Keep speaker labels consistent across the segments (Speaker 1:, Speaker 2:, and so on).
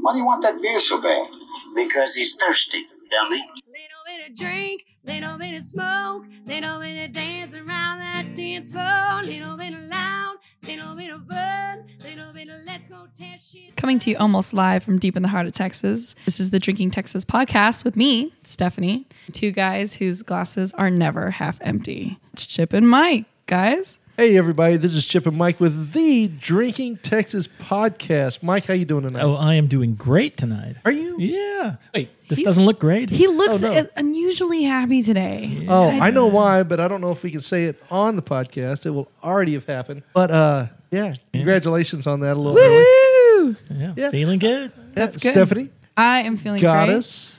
Speaker 1: Why do you want that beer so bad?
Speaker 2: Because he's thirsty, dummy.
Speaker 3: Little bit of drink, little bit of smoke, little bit of dance around that dance floor, little bit of loud, little bit of fun, little bit of let's go test shit.
Speaker 4: Coming to you almost live from deep in the heart of Texas. This is the Drinking Texas podcast with me, Stephanie, two guys whose glasses are never half empty. It's Chip and Mike, guys.
Speaker 5: Hey everybody, this is Chip and Mike with the Drinking Texas podcast. Mike, how you doing tonight?
Speaker 6: Oh, I am doing great tonight.
Speaker 5: Are you?
Speaker 6: Yeah. Wait, this
Speaker 4: He's-
Speaker 6: doesn't look great.
Speaker 4: He looks
Speaker 5: Oh, no.
Speaker 4: uh, unusually happy today.
Speaker 5: Oh, I know why, but I don't know if we can say it on the podcast. It will already have happened. But uh, yeah, congratulations on that a little early.
Speaker 4: Woo!
Speaker 6: yeah.
Speaker 5: Yeah.
Speaker 6: Feeling good?
Speaker 5: That's
Speaker 4: good.
Speaker 5: Stephanie
Speaker 4: I am feeling
Speaker 5: got
Speaker 4: great.
Speaker 5: us.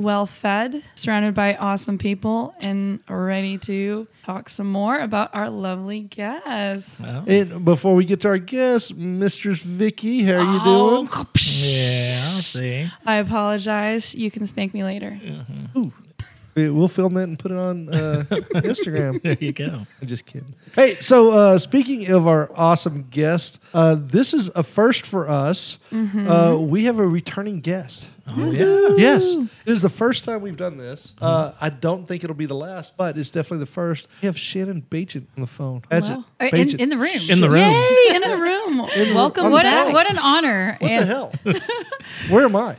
Speaker 4: well fed, surrounded by awesome people, and ready to talk some more about our lovely guest.
Speaker 6: Well,
Speaker 5: And before we get to our guest, Mistress Vicky, how are you doing?
Speaker 4: Oh,
Speaker 6: yeah, I'll see.
Speaker 4: I apologize. You can spank me later.
Speaker 5: We- We'll film that and put it on uh, Instagram.
Speaker 6: There you go.
Speaker 5: I'm just kidding. Hey, so uh, speaking of our awesome guest, uh, this is a first for us.
Speaker 4: Mm-hmm.
Speaker 5: Uh, we have a returning guest.
Speaker 6: Oh, yeah.
Speaker 5: Yes, it is the first time we've done this. Uh, I don't think it'll be the last, but it's definitely the first. We have Shannon Bachet on the phone. That's
Speaker 4: Wow.
Speaker 5: it.
Speaker 7: Uh, in,
Speaker 5: Bachet.
Speaker 7: in the room.
Speaker 6: In the room.
Speaker 4: Yay, in the room. Welcome.
Speaker 5: room.
Speaker 7: What,
Speaker 4: back.
Speaker 7: a, what an honor.
Speaker 5: what the
Speaker 7: And
Speaker 5: hell? Where am I?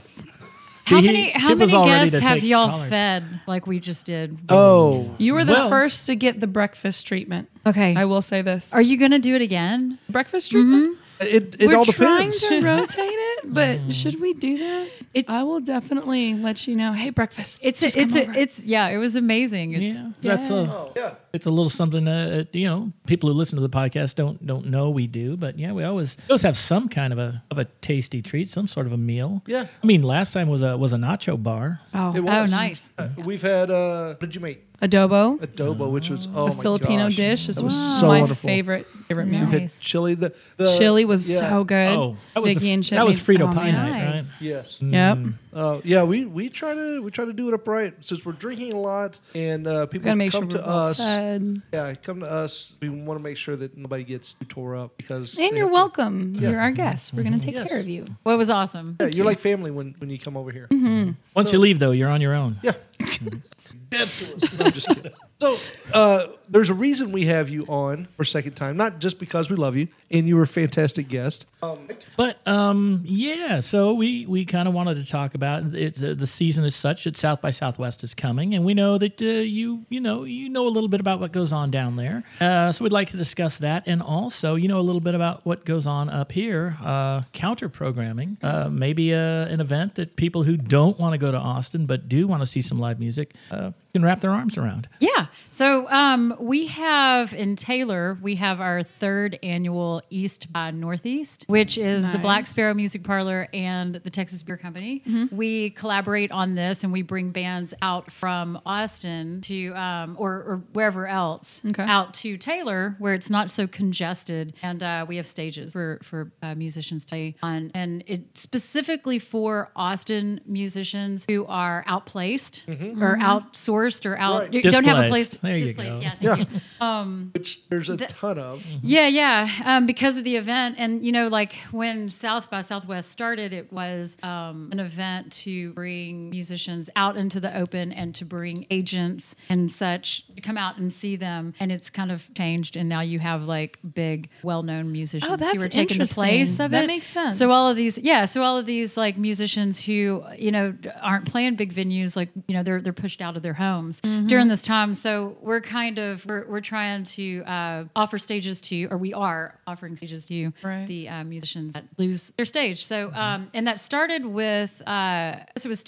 Speaker 7: How
Speaker 6: See,
Speaker 7: many, how
Speaker 6: Chip was
Speaker 7: many
Speaker 6: all ready
Speaker 7: guests
Speaker 6: to
Speaker 7: have
Speaker 6: take
Speaker 7: y'all
Speaker 6: callers.
Speaker 7: fed like we just did?
Speaker 5: Oh,
Speaker 4: You were the
Speaker 6: Well-
Speaker 4: first to get the breakfast treatment.
Speaker 7: Okay.
Speaker 4: I will say this.
Speaker 7: Are you Mm-hmm. going to do it again?
Speaker 4: breakfast treatment?
Speaker 5: it, it
Speaker 4: We're
Speaker 5: all
Speaker 4: trying
Speaker 5: depends.
Speaker 4: to rotate it,
Speaker 5: Mm.
Speaker 4: but should we do that?
Speaker 7: It-
Speaker 4: I will definitely let you know. Hey, breakfast.
Speaker 7: It's
Speaker 4: Just
Speaker 7: a, it's
Speaker 4: come
Speaker 7: a,
Speaker 4: over.
Speaker 7: it's yeah, it was amazing. It's
Speaker 6: Yeah, that's a
Speaker 5: Oh, yeah.
Speaker 6: it's a little something that uh, you know people who listen to the podcast don't don't know we do, but yeah, we always we always have some kind of a of a tasty treat, some sort of a meal.
Speaker 5: Yeah.
Speaker 6: I mean, last time was a was a nacho bar.
Speaker 4: oh,
Speaker 5: It
Speaker 7: Oh,
Speaker 5: was.
Speaker 7: nice.
Speaker 5: Uh, we've had, uh, what did you make?
Speaker 4: adobo.
Speaker 5: Adobo, which was, oh
Speaker 4: Mm. a
Speaker 5: my
Speaker 4: Filipino
Speaker 5: gosh.
Speaker 4: dish is
Speaker 5: That was
Speaker 4: one of
Speaker 5: so
Speaker 4: my
Speaker 5: wonderful.
Speaker 4: favorite favorite
Speaker 5: We've
Speaker 4: meal.
Speaker 5: had
Speaker 7: Nice.
Speaker 5: chili. The, the
Speaker 4: Chili was
Speaker 5: yeah.
Speaker 4: so good.
Speaker 6: Oh, that was
Speaker 4: Vicky
Speaker 6: the,
Speaker 4: and Chip
Speaker 6: that
Speaker 4: made-
Speaker 6: was Frito
Speaker 4: oh,
Speaker 6: Pie
Speaker 4: man.
Speaker 6: night, right?
Speaker 7: Nice.
Speaker 5: Yes.
Speaker 4: Yep.
Speaker 5: Uh, yeah, we, we try to we try to do it upright since we're drinking a lot and uh, people
Speaker 4: Gotta
Speaker 5: come
Speaker 4: make sure
Speaker 5: to
Speaker 4: we're well
Speaker 5: us.
Speaker 4: fed.
Speaker 5: Yeah, come to us. We want to make sure that nobody gets tore up because they
Speaker 4: And you're
Speaker 5: have to-
Speaker 4: welcome. You're our guest. We're gonna take
Speaker 5: Mm-hmm. Yes.
Speaker 4: care of you.
Speaker 7: What was awesome.
Speaker 5: Yeah, you're like family when, when you come over here.
Speaker 4: Mm-hmm.
Speaker 6: Once you leave though, you're on your own.
Speaker 5: Yeah. Dead to us. No, I'm just kidding. So uh, there's a reason we have you on for a second time, not just because we love you and you were a fantastic guest.
Speaker 6: But um, yeah, so we, we kind of wanted to talk about it's uh, the season is such that South by Southwest is coming, and we know that uh, you you know you know a little bit about what goes on down there. Uh, so we'd like to discuss that, and also you know a little bit about what goes on up here, uh, counter programming, uh, maybe uh, an event that people who don't want to go to Austin but do want to see some live music uh, can wrap their arms around.
Speaker 7: Yeah. So um, we have in Taylor, we have our third annual East by Northeast, which is the Black Sparrow Music Parlor and the Texas Beer Company. We collaborate on this and we bring bands out from Austin to, um, or, or wherever else,
Speaker 4: Okay.
Speaker 7: out to Taylor where it's not so congested. And uh, we have stages for, for uh, musicians to play on. And it specifically for Austin musicians who are outplaced or outsourced or out,
Speaker 5: Right.
Speaker 7: don't have a place.
Speaker 6: Displaced. There you
Speaker 7: displaced,
Speaker 6: go.
Speaker 7: Yeah, thank
Speaker 5: Yeah.
Speaker 7: you.
Speaker 5: Which there's a ton of.
Speaker 4: Mm.
Speaker 7: yeah, yeah. Um, because of the event, and you know, like when South by Southwest started, it was um, an event to bring musicians out into the open and to bring agents and such to come out and see them. And it's kind of changed, and now you have like big, well-known musicians
Speaker 4: that's
Speaker 7: who are taking the place
Speaker 4: interesting.
Speaker 7: of it.
Speaker 4: That makes sense.
Speaker 7: So all of these, yeah. So all of these like musicians who you know aren't playing big venues, like you know they're they're pushed out of their homes during this time. So we're kind of we're, we're trying to uh, offer stages to, or we are offering stages to
Speaker 4: Right.
Speaker 7: the uh, musicians that lose their stage. So um, and that started with uh, this was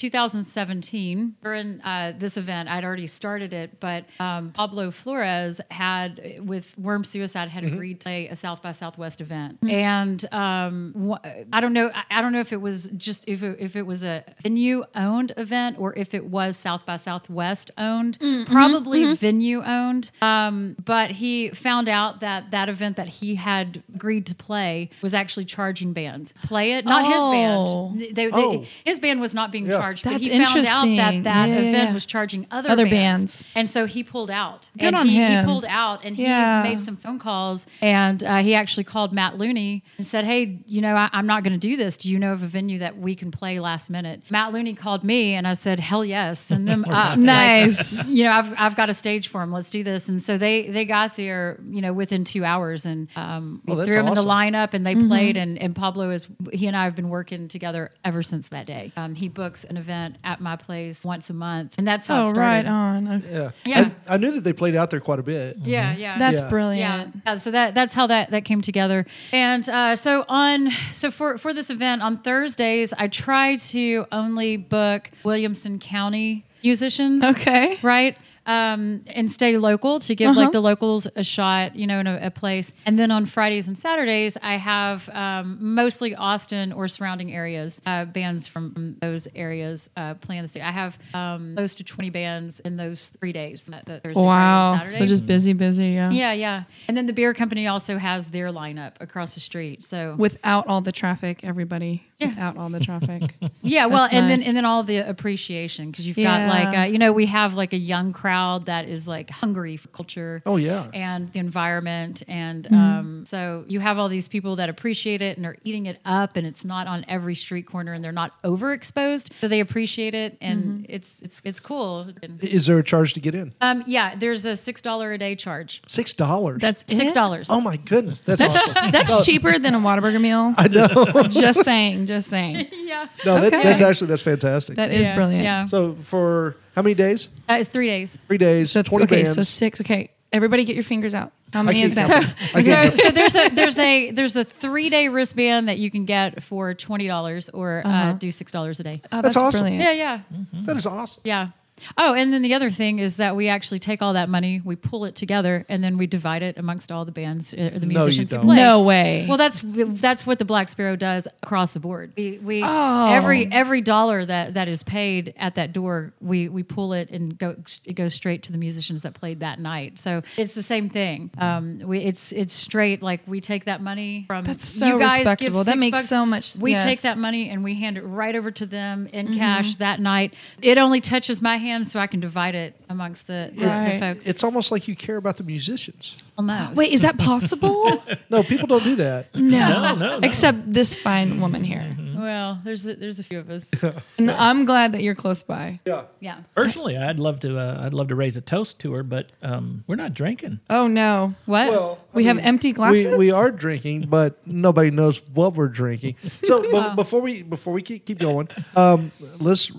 Speaker 7: 2017 during uh, this event. I'd already started it, but um, Pablo Flores had with Worm Suicide had agreed to play a South by Southwest event, and um, wh- I don't know. I- I don't know if it was just if it, if it was a venue owned event or if it was South by Southwest owned,
Speaker 4: Mm-hmm,
Speaker 7: probably venue owned. Um, but he found out that that event that he had agreed to play was actually charging bands. Play it, not
Speaker 4: Oh.
Speaker 7: his band. They- they-
Speaker 5: Oh.
Speaker 7: his band was not being
Speaker 5: Yeah.
Speaker 7: charged, but
Speaker 4: That's
Speaker 7: he found out
Speaker 4: interesting.
Speaker 7: that that
Speaker 4: Yeah, yeah,
Speaker 7: event
Speaker 4: yeah.
Speaker 7: was charging other,
Speaker 4: Other bands.
Speaker 7: and so he pulled out.
Speaker 4: Good
Speaker 7: and
Speaker 4: on
Speaker 7: he,
Speaker 4: him.
Speaker 7: he pulled out, and he
Speaker 4: Yeah.
Speaker 7: made some phone calls, and uh, he actually called Matt Looney and said, "Hey, you know, I, I'm not going to do this. Do you know of a venue that we can play last minute?" Matt Looney called me, and I said, "Hell yes, send them up."
Speaker 4: Nice.
Speaker 7: you know, I've, I've got a stage for him. Let's do this. And so they they got there, you know, within two hours, and um, we
Speaker 5: Oh, that's
Speaker 7: threw him in the
Speaker 5: awesome.
Speaker 7: lineup, and they
Speaker 4: Mm-hmm.
Speaker 7: played. And, and Pablo is he and I have been working together ever since that day. Um, he books an event at my place once a month, and that's how it
Speaker 4: oh,
Speaker 7: started.
Speaker 4: right on. Okay.
Speaker 5: Yeah.
Speaker 7: Yeah.
Speaker 5: I, I knew that they played out there quite a bit.
Speaker 7: Yeah, yeah.
Speaker 4: That's
Speaker 5: Yeah.
Speaker 4: brilliant.
Speaker 7: Yeah. Uh, So that that's how that that came together. And uh, so on so for for this event on Thursdays, I try to only book Williamson County musicians.
Speaker 4: Okay.
Speaker 7: Right. Um, and stay local to give
Speaker 4: Uh-huh.
Speaker 7: like the locals a shot, you know, in a, a place. And then on Fridays and Saturdays, I have um, mostly Austin or surrounding areas, uh, bands from, from those areas uh, playing the stage. I have um, close to 20 bands in those three days. that- that Thursday, Friday,
Speaker 4: Wow.
Speaker 7: Saturday.
Speaker 4: So just busy, busy. Yeah.
Speaker 7: Yeah, yeah. And then the beer company also has their lineup across the street. So
Speaker 4: Without all the traffic, everybody.
Speaker 7: Yeah.
Speaker 4: Without all the traffic.
Speaker 7: yeah, well,
Speaker 4: that's
Speaker 7: and then
Speaker 4: nice.
Speaker 7: and then all the appreciation because you've
Speaker 4: Yeah.
Speaker 7: got like uh, you know we have like a young crowd that is like hungry for culture.
Speaker 5: Oh, yeah.
Speaker 7: and the environment, and
Speaker 4: Mm-hmm.
Speaker 7: um, so you have all these people that appreciate it and are eating it up, and it's not on every street corner, and they're not overexposed, so they appreciate it, and
Speaker 4: Mm-hmm.
Speaker 7: it's it's it's cool. And,
Speaker 5: Is there a charge to get in?
Speaker 7: um, yeah, there's a six dollar a day charge.
Speaker 5: Six dollars.
Speaker 4: That's it?
Speaker 7: Six dollars.
Speaker 5: Oh my goodness. That's,
Speaker 4: That's
Speaker 5: awesome.
Speaker 4: that's cheaper than a Whataburger meal.
Speaker 5: I know.
Speaker 4: just saying. Just saying.
Speaker 7: yeah,
Speaker 5: No, that,
Speaker 4: Okay.
Speaker 5: that's actually that's fantastic.
Speaker 4: That is
Speaker 7: Yeah,
Speaker 4: brilliant.
Speaker 7: Yeah,
Speaker 5: so for how many days?
Speaker 7: uh, it's three days.
Speaker 5: Three days.
Speaker 4: So
Speaker 5: Twenty
Speaker 4: okay.
Speaker 5: bands.
Speaker 4: So six. Okay. Everybody, get your fingers out. How many is
Speaker 5: can't
Speaker 4: that?
Speaker 5: count. I
Speaker 7: so,
Speaker 5: can't-
Speaker 7: so there's a there's a there's a three day wristband that you can get for twenty dollars or uh, do six dollars a day.
Speaker 4: Oh,
Speaker 5: That's awesome.
Speaker 4: Brilliant.
Speaker 7: Yeah, yeah,
Speaker 5: that is awesome.
Speaker 7: yeah. Oh, and then the other thing is that we actually take all that money, we pull it together, and then we divide it amongst all the bands uh, or the
Speaker 5: you
Speaker 7: musicians
Speaker 5: don't.
Speaker 7: who play.
Speaker 4: No way.
Speaker 7: Well, that's that's what the Black Sparrow does across the board. We, we
Speaker 4: Oh.
Speaker 7: every every dollar that, that is paid at that door, we we pull it and go it goes straight to the musicians that played that night. So it's the same thing. Um, we it's it's straight like we take that money from
Speaker 4: That's so
Speaker 7: you guys give
Speaker 4: respectable. That
Speaker 7: six
Speaker 4: makes
Speaker 7: bucks,
Speaker 4: so much-
Speaker 7: We
Speaker 4: yes. Mm-hmm.
Speaker 7: take that money and we hand it right over to them in cash that night. It only touches my hand, so I can divide it amongst the the,
Speaker 4: Right.
Speaker 7: the folks.
Speaker 5: It's almost like you care about the musicians.
Speaker 7: Almost.
Speaker 4: Wait, is that possible?
Speaker 5: No, people don't do that.
Speaker 6: No, no, no.
Speaker 4: Except this fine woman here.
Speaker 5: Mm-hmm.
Speaker 7: well, there's a, there's a few of us.
Speaker 4: And I'm glad that you're close by.
Speaker 5: Yeah.
Speaker 7: Yeah.
Speaker 6: Personally, I'd love to. Uh, I'd love to raise a toast to her, but um, we're not drinking.
Speaker 4: Oh no.
Speaker 7: What?
Speaker 4: We have empty glasses.
Speaker 5: We, we are drinking, but nobody knows what we're drinking. So but before we before we keep, keep going, um, let's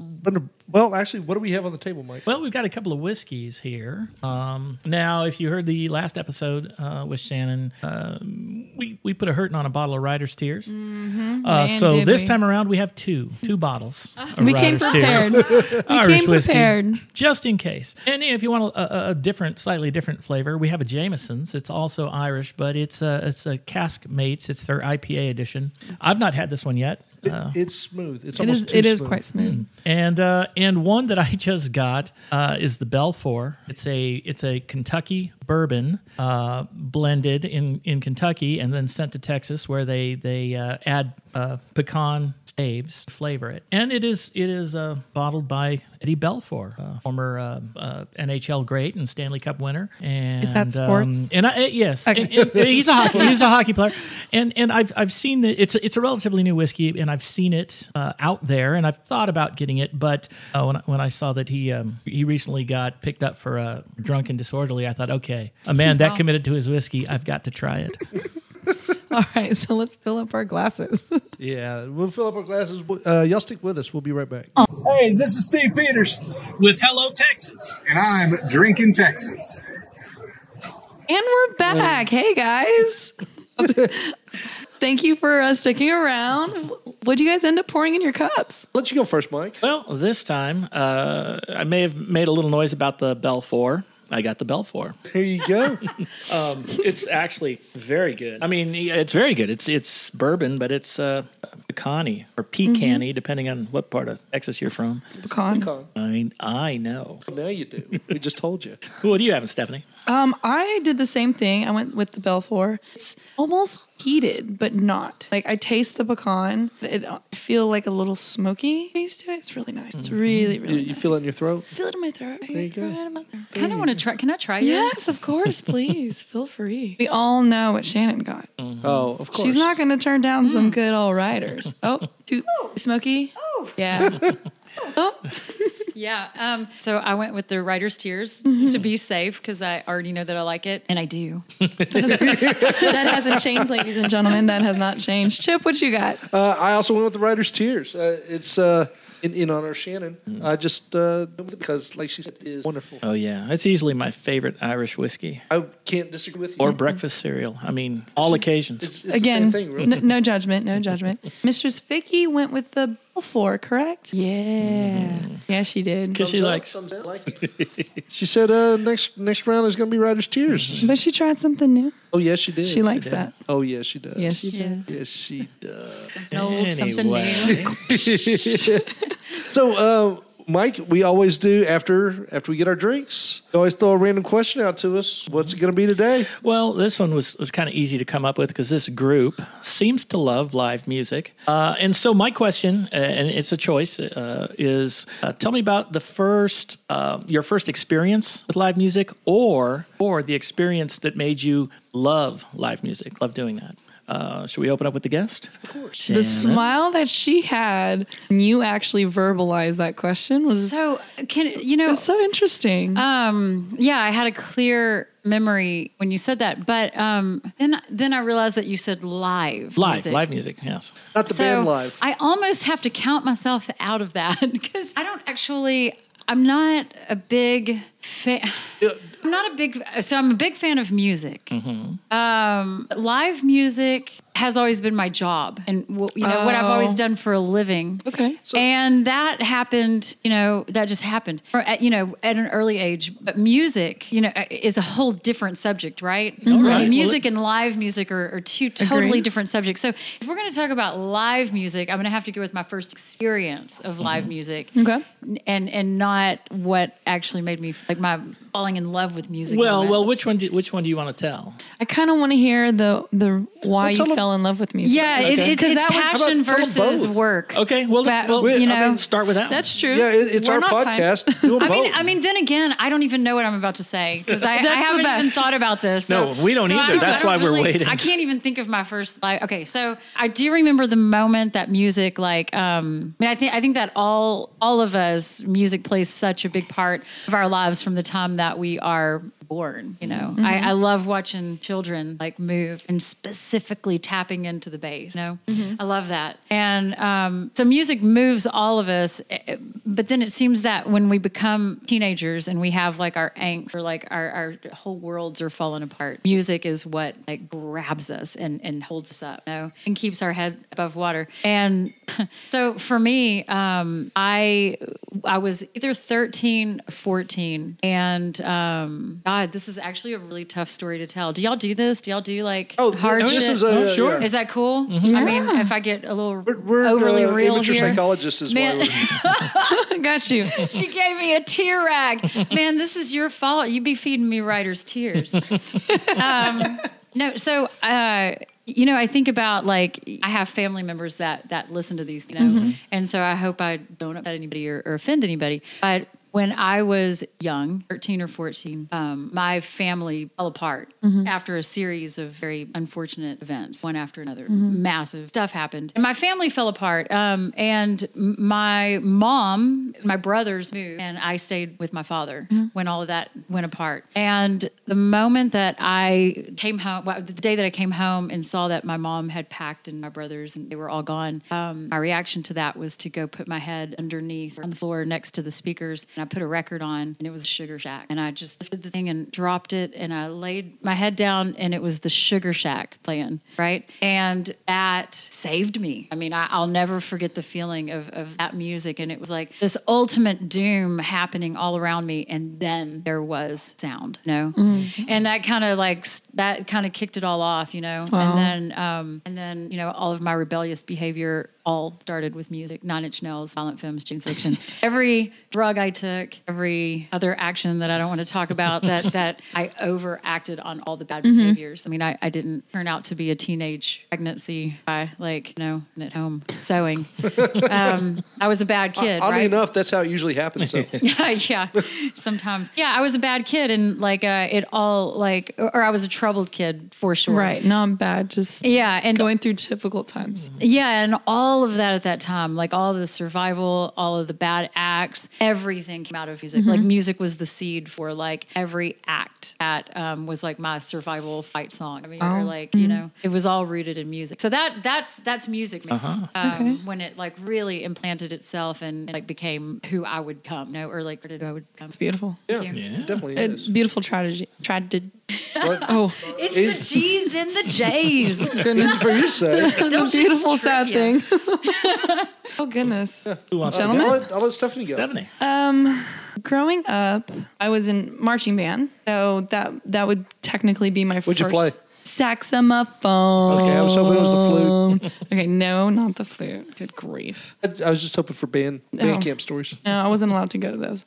Speaker 5: well actually what do we have on the table, Mike?
Speaker 6: Well, we've got a couple of whiskeys here. Um, now, if you heard the last episode uh, with Shannon, um we we put a hurting on a bottle of Rider's Tears. Uh,
Speaker 4: Mm-hmm. man,
Speaker 6: so
Speaker 4: did
Speaker 6: this
Speaker 4: we.
Speaker 6: time around, we have two two bottles. Of
Speaker 4: We came
Speaker 6: Ryder's Tears.
Speaker 4: prepared. we
Speaker 6: Irish
Speaker 4: came
Speaker 6: whiskey,
Speaker 4: prepared.
Speaker 6: just in case. And if you want a, a, a different, slightly different flavor, we have a Jameson's. It's also Irish, but it's a it's a Cask Mates. It's their IPA edition. I've not had this one yet.
Speaker 5: It- it's smooth. It's
Speaker 4: Uh, It
Speaker 5: almost
Speaker 4: is
Speaker 5: too Mm.
Speaker 4: it is
Speaker 5: smooth.
Speaker 4: quite smooth.
Speaker 6: and uh, and one that I just got uh, is the Belfour. It's a it's a Kentucky bourbon uh, blended in in Kentucky and then sent to Texas, where they they uh, add uh, pecan staves to flavor it. And it is it is uh, bottled by Eddie Belfour, uh, former uh, uh, NHL great and Stanley Cup winner. And
Speaker 4: that sports?
Speaker 6: um, and I, uh, yes, and- and he's a hockey he's a hockey player, and and I've I've seen that it's it's a relatively new whiskey, and I've seen it uh, out there, and I've thought about getting it, but uh, when I, when I saw that he um, he recently got picked up for uh, drunk and disorderly, I thought, okay, a man that committed to his whiskey, I've got to try it.
Speaker 4: All right, so let's fill up our glasses.
Speaker 5: Yeah, we'll fill up our glasses. Uh, y'all stick with us. We'll be right back.
Speaker 1: Hey, this is Steve Peters,
Speaker 8: with Hello Texas.
Speaker 1: and I'm drinking Texas.
Speaker 4: And we're back. Hey guys. Thank you for uh, sticking around. What'd you guys end up pouring in your cups?
Speaker 5: Let you go first, Mike.
Speaker 6: Well, this time uh, I may have made a little noise about the Belfour. I got the Belfour.
Speaker 5: Here you go.
Speaker 6: It's actually very good. I mean, it's very good. It's it's bourbon, but it's uh, pecani or pecani, depending on what part of Texas you're from.
Speaker 4: pecan.
Speaker 6: I mean, I know.
Speaker 5: Now you do. We just told you.
Speaker 6: What do you have, Stephanie?
Speaker 4: Um, I did the same thing. I went with the Belfour. It's almost heated, but not. Like I taste the pecan. It uh, I feel like a little smoky taste to it. It's really nice. It's really,
Speaker 5: You,
Speaker 4: really.
Speaker 5: Mm-hmm. you
Speaker 4: nice.
Speaker 5: feel it in your throat?
Speaker 4: I feel it in my throat.
Speaker 5: you go.
Speaker 4: Right in my throat.
Speaker 7: kind of want to try. Can I try yours?
Speaker 4: Yes, of course. Please feel free. We all know what Shannon got.
Speaker 5: Oh, of course.
Speaker 4: She's not going to turn down some good old riders. Oh, too smoky.
Speaker 7: Oh.
Speaker 4: Yeah. oh,
Speaker 7: Yeah. Um, so I went with the writer's tears to be safe because I already know that I like it, Mm-hmm. and I do.
Speaker 4: that hasn't changed, ladies and gentlemen. That has not changed. Chip, what you got?
Speaker 5: Uh, I also went with the writer's tears. Uh, it's uh, in, in honor of Shannon. I just uh, because, like she said, it is wonderful.
Speaker 6: Oh yeah, it's easily my favorite Irish whiskey
Speaker 5: I can't disagree with you.
Speaker 6: or breakfast cereal. I mean, all occasions.
Speaker 5: It's, it's
Speaker 4: Again,
Speaker 5: the same thing,
Speaker 4: no,
Speaker 5: really.
Speaker 4: no judgment, no judgment. Mistress Vicky went with the Belfour, correct? Yeah. Yeah, she did.
Speaker 6: Because she
Speaker 5: Thumbs up,
Speaker 6: likes.
Speaker 5: thumbs down, like it. she said uh, next next round is going to be writer's tears.
Speaker 4: But she tried something new.
Speaker 5: oh, yes, she did.
Speaker 4: She likes that.
Speaker 5: Oh, yes, she does.
Speaker 4: Yeah, she did.
Speaker 5: Yes, she does.
Speaker 7: Old, something new.
Speaker 6: Anyway.
Speaker 5: so, uh, Mike, we always do after after we get our drinks. You always throw a random question out to us. What's it going to be today?
Speaker 6: Well, this one was, was kind of easy to come up with because this group seems to love live music. Uh, and so, my question, uh, and it's a choice, uh, is uh, tell me about the first, uh, your first experience with live music, or or the experience that made you love live music, love doing that. Uh, should we open up with the guest? Of course.
Speaker 4: The smile that she had when you actually verbalized that question was so,
Speaker 7: So can you know?
Speaker 4: so interesting.
Speaker 7: Um, yeah, I had a clear memory when you said that, but um, then then I realized that you said live.
Speaker 6: live,
Speaker 7: music.
Speaker 6: live music. Yes.
Speaker 5: Not the band live.
Speaker 7: I almost have to count myself out of that because I don't actually. I'm not a big fan. I'm not a big. So I'm a big fan of music. Um, live music has always been my job, and wh- you know what I've always
Speaker 4: Oh.
Speaker 7: done for a living.
Speaker 4: okay.
Speaker 7: and that happened, you know, that just happened, or at, you know, at an early age. But music, you know, uh, is a whole different subject, right?
Speaker 6: right.
Speaker 7: And Music
Speaker 6: Well,
Speaker 7: and live music are, are two totally
Speaker 4: Agreed.
Speaker 7: different subjects. So if we're going to talk about live music, I'm going to have to go with my first experience of live music,
Speaker 4: Okay.
Speaker 7: and and not what actually made me like my falling in love with music.
Speaker 6: Well,
Speaker 7: moment.
Speaker 6: well, which one? Do, which one do you want to tell?
Speaker 4: I kind of want to hear the the why
Speaker 5: tell
Speaker 4: you
Speaker 5: 'em-
Speaker 4: fell in love with music.
Speaker 7: yeah, it,
Speaker 6: Okay.
Speaker 7: it's, it's
Speaker 4: that was- How
Speaker 7: passion
Speaker 5: about- tell 'em
Speaker 7: versus
Speaker 5: both?
Speaker 7: work.
Speaker 6: Okay. Well, let's,
Speaker 4: That-
Speaker 6: well,
Speaker 5: you
Speaker 6: I
Speaker 7: know,
Speaker 6: mean, start with that. one.
Speaker 4: that's true.
Speaker 5: Yeah, it, it's
Speaker 4: We're
Speaker 5: our
Speaker 4: not timed.
Speaker 5: podcast. Do 'em
Speaker 7: I mean,
Speaker 5: both.
Speaker 7: I mean, then again, I don't even know what I'm about to say because I, I
Speaker 4: That's the
Speaker 7: haven't even
Speaker 4: best.
Speaker 7: thought about this.
Speaker 6: No, we don't
Speaker 7: I
Speaker 6: either. That's
Speaker 7: I don't
Speaker 6: why we're waiting.
Speaker 7: I can't even think of my first live. Okay, so I do remember the moment that music, like, um, I mean, I think I think that all all of us, music plays such a big part of our lives from the time that we are born. You know,
Speaker 4: Mm-hmm.
Speaker 7: I, I love watching children like move and specifically tapping into the bass. You know,
Speaker 4: Mm-hmm.
Speaker 7: I love that. And um, so music moves all of us, eh, eh, but then it seems that when we become teenagers and we have like our angst or like our, our whole worlds are falling apart, music is what like grabs us and, and holds us up you know, and keeps our head above water. And so for me, um, I I was either 13 or 14. And um, God, this is actually a really tough story to tell. Do y'all do this? Do y'all do like
Speaker 5: oh,
Speaker 7: hard
Speaker 5: this
Speaker 7: shit?
Speaker 5: is a,
Speaker 6: Oh, sure.
Speaker 7: Is that cool? I mean, if I get a little
Speaker 5: we're, we're
Speaker 7: overly
Speaker 5: uh,
Speaker 7: real
Speaker 5: amateur
Speaker 7: here,
Speaker 5: psychologists is
Speaker 7: Man-
Speaker 5: why we're
Speaker 4: Got you.
Speaker 7: she gave me a tear rag. Man, this is your fault. You be feeding me writer's tears. um, no, so uh, you know, I think about like I have family members that that listen to these, you know, and so I hope I don't upset anybody or, or offend anybody, but. When I was young, 13 or 14, um, my family fell apart after a series of very unfortunate events, one after another. Massive stuff happened. And my family fell apart. Um, and m- my mom, my brothers moved, and I stayed with my father when all of that went apart. And the moment that I came home, well, the day that I came home and saw that my mom had packed and my brothers and they were all gone, um, my reaction to that was to go put my head underneath on the floor next to the speakers. And I put a record on and it was Sugar Shack. And I just lifted the thing and dropped it and I laid my head down and it was the Sugar Shack playing, right? And that saved me. I mean, I, I'll never forget the feeling of, of that music. And it was like this ultimate doom happening all around me. And then there was sound, you know? And that kind of like, s- that kind of kicked it all off, you know?
Speaker 4: Wow.
Speaker 7: And then and um, and then you know all of my rebellious behavior all started with music nine inch nails violent films gene section every drug i took every other action that i don't want to talk about that that i overacted on all the bad behaviors i mean I, I didn't turn out to be a teenage pregnancy guy like you know and at home sewing um, i was a bad kid
Speaker 5: Oddly
Speaker 7: right?
Speaker 5: enough, that's how it usually happens. So.
Speaker 7: yeah, sometimes. Yeah, I was a bad kid, and like uh, it all like, or or I was a troubled kid for sure.
Speaker 4: Right. No, I'm bad. Just
Speaker 7: Yeah, and
Speaker 4: going through difficult times.
Speaker 7: Yeah, and all of that at that time, like all of the survival, all of the bad acts, everything came out of
Speaker 4: Mm-hmm.
Speaker 7: music. Like music was the seed for like every act that um, was like my survival fight song. I mean,
Speaker 4: Oh.
Speaker 7: or like
Speaker 4: Mm-hmm.
Speaker 7: you know, it was all rooted in music. So that that's that's music man. um,
Speaker 4: Okay.
Speaker 7: when it like really implanted itself and like became who I would come, you know, or like who I would come. It's
Speaker 4: Beautiful.
Speaker 5: Yeah,
Speaker 6: Yeah.
Speaker 7: Uh,
Speaker 5: definitely
Speaker 4: A
Speaker 5: is.
Speaker 4: beautiful tragedy. Tragedy.
Speaker 5: What-
Speaker 4: Oh,
Speaker 7: It's
Speaker 5: It's-
Speaker 7: the G's and the J's.
Speaker 4: goodness.
Speaker 5: For you, say.
Speaker 4: the beautiful sad
Speaker 7: trivia.
Speaker 4: thing. oh, goodness.
Speaker 6: Who wants
Speaker 5: I'll
Speaker 4: Gentlemen.
Speaker 5: let, I'll let Stephanie go.
Speaker 6: to? Stephanie.
Speaker 4: Um, growing up, I was in marching band, so that that would technically be my.
Speaker 5: What'd you
Speaker 4: first-
Speaker 5: play?
Speaker 4: Saxophone.
Speaker 5: Okay, I was hoping it was the
Speaker 7: Um,
Speaker 5: flute.
Speaker 4: okay, no, not the flute. Good grief.
Speaker 5: I, I was just hoping for band,
Speaker 7: oh.
Speaker 5: band camp stories.
Speaker 4: No, I wasn't allowed to go to those.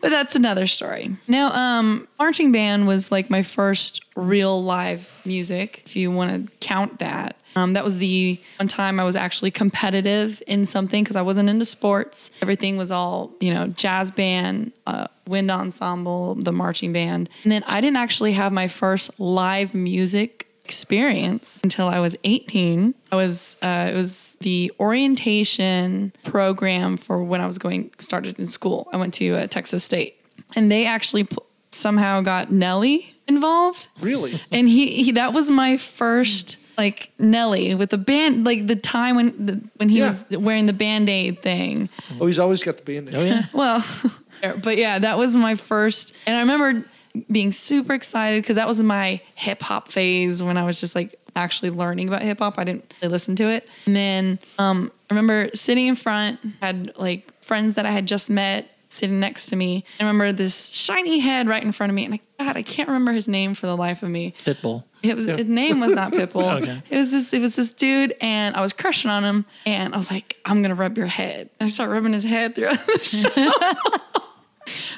Speaker 4: But that's another story. No, um, marching band was like my first real live music, if you want to count that. Um, that was the one time I was actually competitive in something because I wasn't into sports. Everything was all, you know, jazz band, uh, wind ensemble, the marching band. And then I didn't actually have my first live music experience until I was 18. I was uh, it was the orientation program for when I was going started in school. I went to uh, Texas State, and they actually p- somehow got Nelly involved
Speaker 5: Really?
Speaker 4: and he, he that was my first like Nelly with the band like the time when the, when he
Speaker 5: Yeah.
Speaker 4: was wearing the band-aid thing
Speaker 5: Oh, he's always got the band. Oh,
Speaker 6: yeah.
Speaker 4: well but yeah that was my first and i remember being super excited because that was my hip-hop phase when i was just like actually learning about hip-hop i didn't really listen to it and then um, i remember sitting in front had like friends that i had just met sitting next to me i remember this shiny head right in front of me and i god i can't remember his name for the life of me
Speaker 6: Pitbull.
Speaker 4: it was his name was not Pitbull.
Speaker 6: Okay.
Speaker 4: It was this it was this dude and I was crushing on him and I was like, I'm gonna rub your head. I started rubbing his head throughout the show.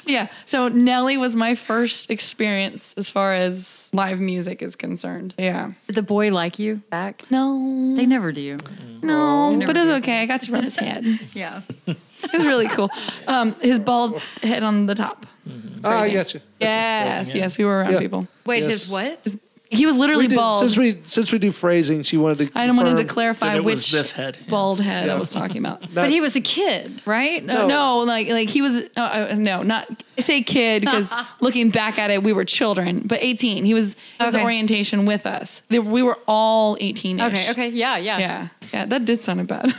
Speaker 4: yeah. So Nelly was my first experience as far as live music is concerned. Yeah.
Speaker 7: Did the boy like you back?
Speaker 4: No.
Speaker 7: They never do.
Speaker 4: No. But it's okay. I got to rub his head. It
Speaker 7: Yeah.
Speaker 4: was really cool. Um his bald head on the top.
Speaker 5: Ah, I got you.
Speaker 4: Yes, yes, we were around
Speaker 5: Yeah.
Speaker 4: people.
Speaker 7: Wait,
Speaker 5: Yes.
Speaker 7: his what?
Speaker 4: He was
Speaker 5: We
Speaker 4: literally
Speaker 5: did-
Speaker 4: bald.
Speaker 5: since we since we do phrasing, she wanted to.
Speaker 4: I wanted to
Speaker 5: confirm-
Speaker 4: clarify
Speaker 6: That it was
Speaker 4: which
Speaker 6: this head.
Speaker 4: bald head I was talking about.
Speaker 7: But he was a kid, right?
Speaker 4: No, like like he was uh, uh, no, not I say kid because looking back at it, we were children, but eighteen. He was his
Speaker 7: Okay.
Speaker 4: orientation with us. They, we were all eighteen.
Speaker 7: Okay, okay, yeah, yeah.
Speaker 4: yeah, yeah. That did sound bad.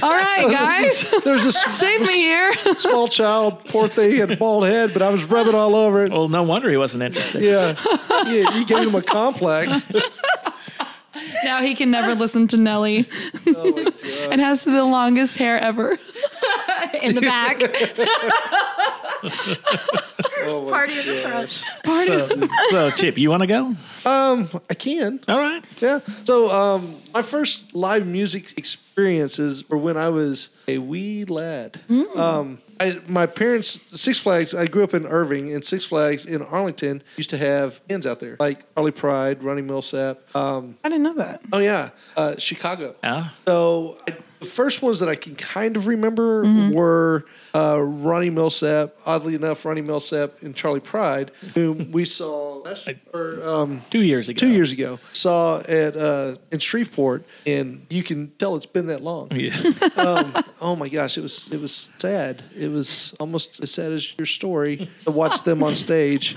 Speaker 4: all right, guys,
Speaker 5: There's a s-
Speaker 4: save me here.
Speaker 5: small child, poor thing, had a bald head, but I was rubbing all over it.
Speaker 6: Well, no wonder he wasn't interested.
Speaker 5: Yeah, yeah, you gave him a complex.
Speaker 4: now he can never listen to Nelly,
Speaker 5: Oh my god!
Speaker 4: and has the longest hair ever.
Speaker 7: In the back.
Speaker 5: Oh my
Speaker 7: Party in the
Speaker 5: gosh.
Speaker 6: So, so Chip, you want to go?
Speaker 5: I can.
Speaker 6: All right.
Speaker 5: Yeah. So um, my first live music experiences were when I was a wee lad.
Speaker 4: Mm.
Speaker 5: Um, I, my parents, Six Flags, I grew up in Irving, and Six Flags in Arlington used to have bands out there, like Harley Pride, Ronnie Millsap. Um,
Speaker 4: I didn't know that.
Speaker 5: oh, yeah, uh, Chicago.
Speaker 6: Ah.
Speaker 5: So I, the first ones that I can kind of remember
Speaker 4: Mm-hmm.
Speaker 5: were uh, Ronnie Millsap. Oddly enough, Ronnie Millsap and Charlie Pride, whom we saw last or um,
Speaker 6: Two years ago.
Speaker 5: two years ago saw at uh, in Shreveport, and you can tell it's been that long.
Speaker 6: Yeah.
Speaker 5: um, oh my gosh, it was it was sad. It was almost as sad as your story to watch them on stage.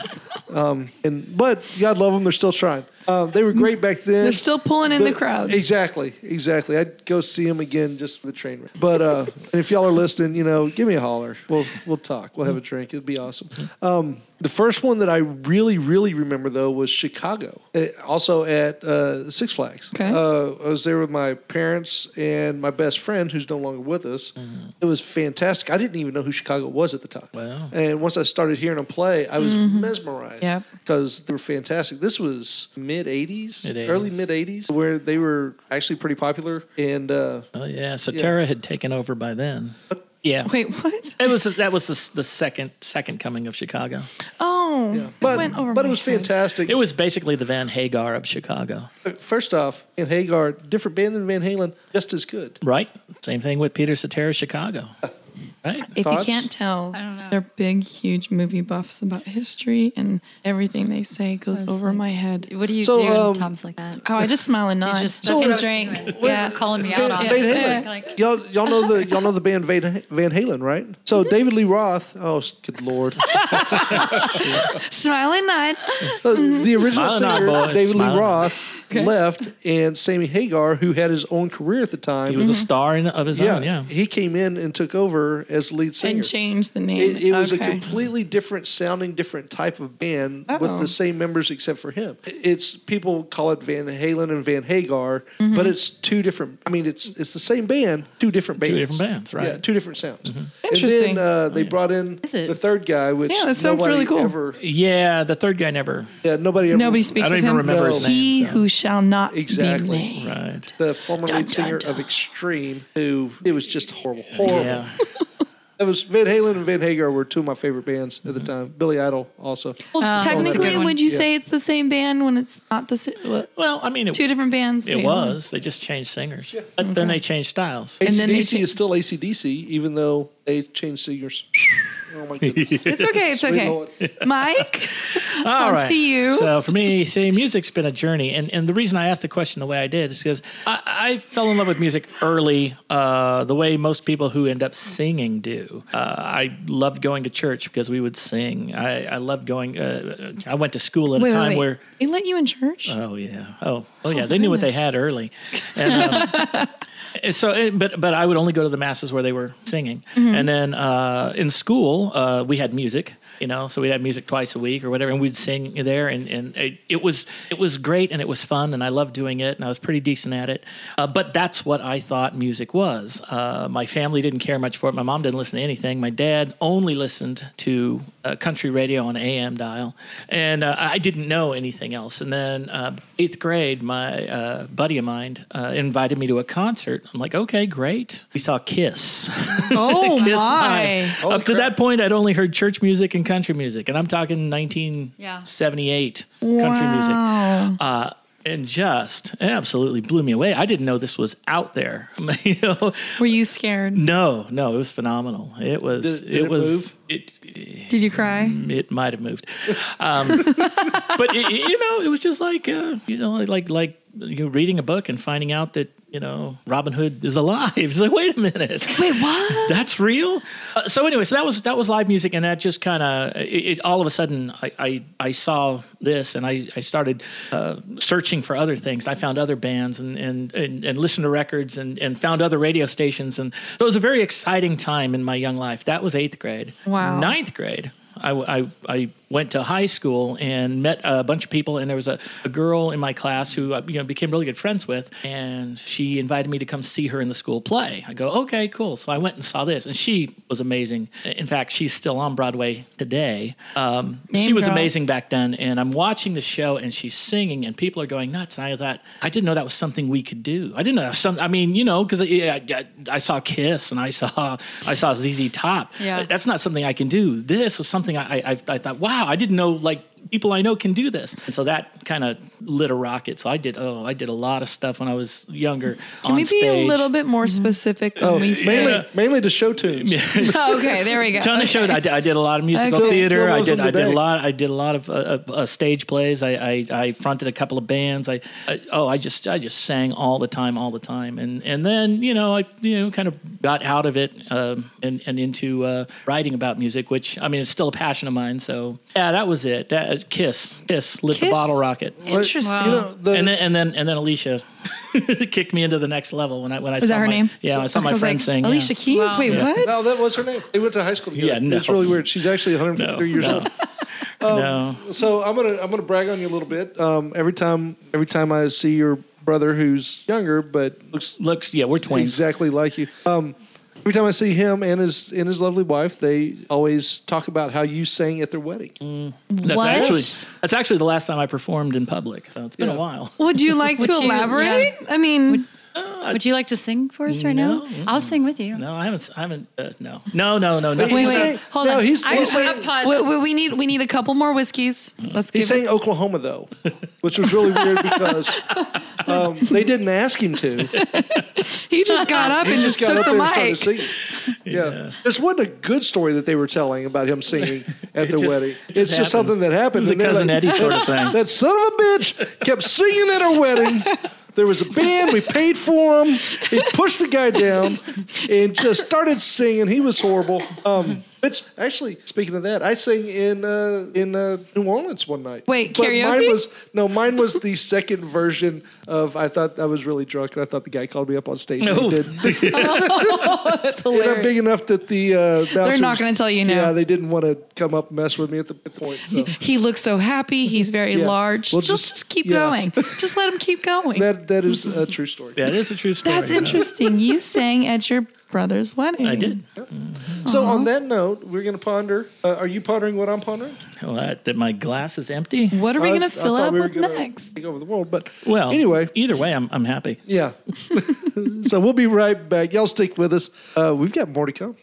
Speaker 5: Um, and but God love them, they're still trying. Um, they were great back then.
Speaker 4: They're still pulling in the crowds.
Speaker 5: Exactly, exactly. I'd go see them again just for the train wreck. But uh, and if y'all are listening, you know, give me a holler. We'll we'll talk. We'll have a drink. It'd be awesome. Um, the first one that I really really remember though was Chicago, uh, also at uh, Six Flags.
Speaker 4: Okay.
Speaker 5: Uh, I was there with my parents and my best friend, who's no longer with us.
Speaker 4: Mm-hmm.
Speaker 5: It was fantastic. I didn't even know who Chicago was at the time.
Speaker 6: Wow.
Speaker 5: And once I started hearing them play, I was mesmerized.
Speaker 4: Mm-hmm. Yep.
Speaker 5: Because they were fantastic. This was mid 80s,
Speaker 6: Mid-eighties.
Speaker 5: early mid 80s, where they were actually pretty popular. And uh,
Speaker 6: Oh yeah. So Terra had taken over by then. Yeah.
Speaker 4: Wait, what?
Speaker 6: It was that was the, the second second coming of Chicago.
Speaker 4: Oh,
Speaker 5: but,
Speaker 4: it went over
Speaker 5: but it
Speaker 4: my
Speaker 5: was
Speaker 4: head.
Speaker 5: fantastic.
Speaker 6: It was basically the Van Hagar of Chicago,
Speaker 5: First off, in Hagar, different band than Van Halen, just as good.
Speaker 6: right? Same thing with Peter Cetera Chicago, right?
Speaker 4: If
Speaker 5: Thoughts?
Speaker 4: you can't tell,
Speaker 7: don't know.
Speaker 4: they're big, huge movie buffs about history, and everything they say goes
Speaker 7: was
Speaker 4: over
Speaker 7: like-
Speaker 4: my head.
Speaker 7: What do you
Speaker 5: So,
Speaker 7: do?
Speaker 5: um,
Speaker 7: when Tom's like that.
Speaker 4: Oh, I just smile and nod. Just,
Speaker 7: just- that's
Speaker 4: and
Speaker 7: what I was
Speaker 4: drink.
Speaker 7: doing.
Speaker 4: Yeah.
Speaker 7: Calling me out
Speaker 5: Van,
Speaker 7: on
Speaker 5: Van
Speaker 7: it.
Speaker 5: Halen.
Speaker 7: Like,
Speaker 5: Y'all, y'all know the y'all know the band Van, Van Halen, right? So David Lee Roth. Oh, good lord!
Speaker 4: Smile and nod.
Speaker 5: So the original
Speaker 6: Smile on,
Speaker 5: singer
Speaker 6: boys,
Speaker 5: David
Speaker 6: smile on.
Speaker 5: Lee Roth left, and Sammy Hagar, who had his own career at the time,
Speaker 6: He was a star in, of his
Speaker 5: yeah,
Speaker 6: own. Yeah.
Speaker 5: he came in and took over as lead singer.
Speaker 4: And change the name.
Speaker 5: It, it was
Speaker 4: okay.
Speaker 5: a completely different sounding, different type of band with
Speaker 4: Uh-oh.
Speaker 5: the same members except for him. It's people call it Van Halen and Van Hagar,
Speaker 4: Mm-hmm.
Speaker 5: but it's two different. I mean, it's it's the same band, two different bands.
Speaker 6: Two different bands, right. Mm-hmm. Oh,
Speaker 5: Yeah, two different sounds. And
Speaker 4: Interesting.
Speaker 5: then uh, they brought in
Speaker 7: Is it-
Speaker 5: the third guy, which
Speaker 4: Yeah, that sounds
Speaker 5: nobody
Speaker 4: really cool.
Speaker 5: Ever,
Speaker 6: Yeah, the third guy never.
Speaker 5: yeah, nobody ever.
Speaker 4: Nobody speaks
Speaker 6: I don't
Speaker 4: of
Speaker 6: even
Speaker 4: him.
Speaker 6: remember
Speaker 5: his
Speaker 6: name,
Speaker 4: He
Speaker 6: so.
Speaker 4: who shall not
Speaker 5: Exactly.
Speaker 4: be named.
Speaker 6: Right.
Speaker 5: The former lead singer of Extreme, who it was just horrible, horrible.
Speaker 6: Yeah.
Speaker 5: That was Van Halen and Van Hagar were two of my favorite bands
Speaker 6: Mm-hmm.
Speaker 5: at the time. Billy Idol also.
Speaker 4: Well,
Speaker 7: that's a good
Speaker 4: technically,
Speaker 7: one.
Speaker 4: would you
Speaker 5: Yeah.
Speaker 4: say it's the same band when it's not the same?
Speaker 6: Well, I mean, it,
Speaker 4: Two different bands.
Speaker 6: it
Speaker 4: maybe.
Speaker 6: was. They just changed singers, but then they changed styles.
Speaker 4: And then they
Speaker 5: ACDC
Speaker 4: cha-
Speaker 5: is still ACDC, even though they changed singers. oh my goodness.
Speaker 4: It's okay. It's okay.
Speaker 5: Lord.
Speaker 4: Mike,
Speaker 6: All
Speaker 4: on
Speaker 6: right.
Speaker 4: to you.
Speaker 6: So for me, see, music's been a journey, and and the reason I asked the question the way I did is because I, I fell in love with music early, uh, the way most people who end up singing do. Uh, I loved going to church because we would sing. I, I loved going. Uh, I went to school at
Speaker 4: wait,
Speaker 6: a
Speaker 4: wait,
Speaker 6: time
Speaker 4: wait.
Speaker 6: where.
Speaker 4: they let you in church?
Speaker 6: Oh yeah. Oh oh yeah. they knew what they
Speaker 4: goodness.
Speaker 6: had early. And, um, so, eh, but but I would only go to the masses where they were singing, and then uh, in school uh, we had music. You know, so we'd have music twice a week or whatever, and we'd sing there, and and it, it was it was great and it was fun, and I loved doing it, and I was pretty decent at it. Uh, but that's what I thought music was. Uh, my family didn't care much for it. My mom didn't listen to anything. My dad only listened to uh, country radio on AM dial, and uh, I didn't know anything else. And then uh, eighth grade, my uh, buddy of mine uh, invited me to a concert. I'm like, okay, great. We saw Kiss.
Speaker 4: Oh
Speaker 6: Kiss
Speaker 4: my!
Speaker 6: Live. Up to that point, I'd only heard church music and country music, and I'm talking 1978 country music
Speaker 4: Wow.
Speaker 6: uh, and just it absolutely blew me away. I didn't know this was out there. you know,
Speaker 4: Were you scared?
Speaker 6: no, no, it was phenomenal. It was,
Speaker 5: Did- did
Speaker 6: it,
Speaker 5: it
Speaker 6: was,
Speaker 5: move?
Speaker 6: it
Speaker 4: Did you cry?
Speaker 6: Mm, it might have moved. Um, but it, it- you know, it was just like uh, you know, like like you know, reading a book and finding out that you know Robin Hood is alive. It's like, wait a minute.
Speaker 4: Wait, what?
Speaker 6: That's real. Uh, so anyway, so that was that was live music, and that just kind of it, it, all of a sudden I, I I saw this, and I I started uh, searching for other things. I found other bands and and and, and listened to records and and found other radio stations, and so it was a very exciting time in my young life. That was eighth grade.
Speaker 4: Wow.
Speaker 6: Ninth grade. I, I, I went to high school and met a bunch of people, and there was a, a girl in my class who I you know became really good friends with, and she invited me to come see her in the school play. I go, okay, cool. So I went and saw this, and she was amazing. In fact, she's still on Broadway today. Um, she
Speaker 4: Name
Speaker 6: was
Speaker 4: drop.
Speaker 6: amazing back then, and I'm watching the show, and she's singing, and people are going nuts. And I thought, I didn't know that was something we could do. I didn't know that was something. I mean, you know, because I, I, I saw Kiss and I saw I saw ZZ Top.
Speaker 7: Yeah.
Speaker 6: that's not something I can do. This was something I, I, I thought, wow, I didn't know like people I know can do this. And so that kind of
Speaker 8: lit a rocket. So I did. Oh, I did a lot of stuff when I was younger.
Speaker 4: Can
Speaker 8: on
Speaker 4: we be a
Speaker 8: stage. Mm-hmm.
Speaker 4: little bit more specific when
Speaker 5: Oh,
Speaker 4: we
Speaker 5: mainly,
Speaker 4: say?
Speaker 5: mainly to show tunes.
Speaker 4: Oh, okay, there we go.
Speaker 8: Ton
Speaker 4: okay.
Speaker 8: of shows. I did, I did a lot of musical
Speaker 4: Okay.
Speaker 5: Still
Speaker 8: theater. I
Speaker 5: loves
Speaker 8: did.
Speaker 5: them
Speaker 8: I did a
Speaker 5: today.
Speaker 8: lot. I did a lot of uh, uh, uh, stage plays. I, I I fronted a couple of bands. I, I oh I just I just sang all the time, all the time. And and then you know I you know kind of got out of it um, and and into uh, writing about music, which I mean it's still a passion of mine. So yeah, that was it. That uh, Kiss, Kiss lit the
Speaker 4: Kiss?
Speaker 8: bottle rocket.
Speaker 4: Interesting.
Speaker 5: You know, the,
Speaker 8: and then and then and then Alicia kicked me into the next level when I when I
Speaker 4: Was
Speaker 8: saw
Speaker 4: that her
Speaker 8: my-
Speaker 4: name?
Speaker 8: Yeah, I saw my
Speaker 4: was
Speaker 8: friend
Speaker 4: like,
Speaker 8: sing yeah.
Speaker 4: Alicia Keys.
Speaker 7: Wow.
Speaker 4: Wait,
Speaker 7: Yeah.
Speaker 4: what?
Speaker 5: no, that was her name. They went to high school together.
Speaker 8: Yeah, no.
Speaker 5: It's really weird. She's actually
Speaker 8: No,
Speaker 5: 153 years
Speaker 8: no.
Speaker 5: old. Um,
Speaker 8: no.
Speaker 5: So I'm gonna I'm gonna brag on you a little bit. Um, every time every time I see your brother who's younger but looks
Speaker 8: Looks yeah, we're twins.
Speaker 5: exactly like you. Um, every time I see him and his and his lovely wife, they always talk about how you sang at their wedding.
Speaker 8: That's
Speaker 4: What?
Speaker 8: actually that's actually the last time I performed in public. So it's been
Speaker 5: Yeah.
Speaker 8: a while.
Speaker 4: Would you like
Speaker 7: Would
Speaker 4: to
Speaker 7: you-
Speaker 4: elaborate? I mean,
Speaker 7: Would you like to sing for us right
Speaker 8: No.
Speaker 7: now? I'll sing with you.
Speaker 8: No, I haven't. I haven't. Uh, no, no, no, no. Nothing.
Speaker 4: wait,
Speaker 5: He's
Speaker 4: wait,
Speaker 5: saying-
Speaker 4: hold
Speaker 5: no,
Speaker 4: on.
Speaker 5: he's-
Speaker 4: I-
Speaker 5: he's
Speaker 4: wait,
Speaker 7: saying- Pause.
Speaker 4: wait, wait, we need we need a couple more whiskeys. Let's
Speaker 5: He
Speaker 4: give.
Speaker 5: sang
Speaker 4: it.
Speaker 5: Oklahoma though, which was really weird because um, they didn't ask him to.
Speaker 4: He just got up and
Speaker 5: He
Speaker 4: just
Speaker 5: just got
Speaker 4: took
Speaker 5: up
Speaker 4: the
Speaker 5: there and started
Speaker 4: mic.
Speaker 5: singing. Yeah. this wasn't a good story that they were telling about him singing at their
Speaker 8: just-
Speaker 5: wedding.
Speaker 8: it just
Speaker 5: it's just
Speaker 8: happened.
Speaker 5: something that happened.
Speaker 8: It was a
Speaker 5: and they're
Speaker 8: Cousin Eddie sort of
Speaker 5: "That-
Speaker 8: thing."
Speaker 5: That son of a bitch kept singing at our wedding. There was a band. We paid for him. He pushed the guy down and just started singing. He was horrible. Um, it's actually speaking of that, I sang in uh, in uh, New Orleans one night.
Speaker 4: Wait,
Speaker 5: But Mine
Speaker 4: karaoke?
Speaker 5: was no, mine was the second version of. I thought I was really drunk, and I thought the guy called me up on stage. and
Speaker 8: No.
Speaker 5: He did. They're not big enough that the uh, bouncers-
Speaker 4: not gonna tell you no.
Speaker 5: Yeah, they didn't want to come up and mess with me at the at the point. So.
Speaker 4: He looks so happy. He's very
Speaker 5: Yeah.
Speaker 4: large.
Speaker 5: We'll
Speaker 4: just,
Speaker 5: just-
Speaker 4: just keep
Speaker 5: yeah.
Speaker 4: going. Just let him keep going.
Speaker 5: that that is a true story.
Speaker 8: That is a true story.
Speaker 4: That's
Speaker 8: no.
Speaker 4: interesting. You sang at your brother's wedding.
Speaker 8: I did.
Speaker 5: So on that note, we're going to ponder. Uh, are you pondering what I'm pondering?
Speaker 8: Well, that, that my glass is empty.
Speaker 4: What are we
Speaker 5: I-
Speaker 4: going
Speaker 5: I
Speaker 4: to fill
Speaker 5: thought
Speaker 4: it up
Speaker 5: we were
Speaker 4: with
Speaker 5: gonna
Speaker 4: next?
Speaker 5: Take over the world, but
Speaker 8: Well,
Speaker 5: anyway,
Speaker 8: either way, I'm I'm happy.
Speaker 5: yeah. so we'll be right back. Y'all stick with us. Uh, we've got more to come.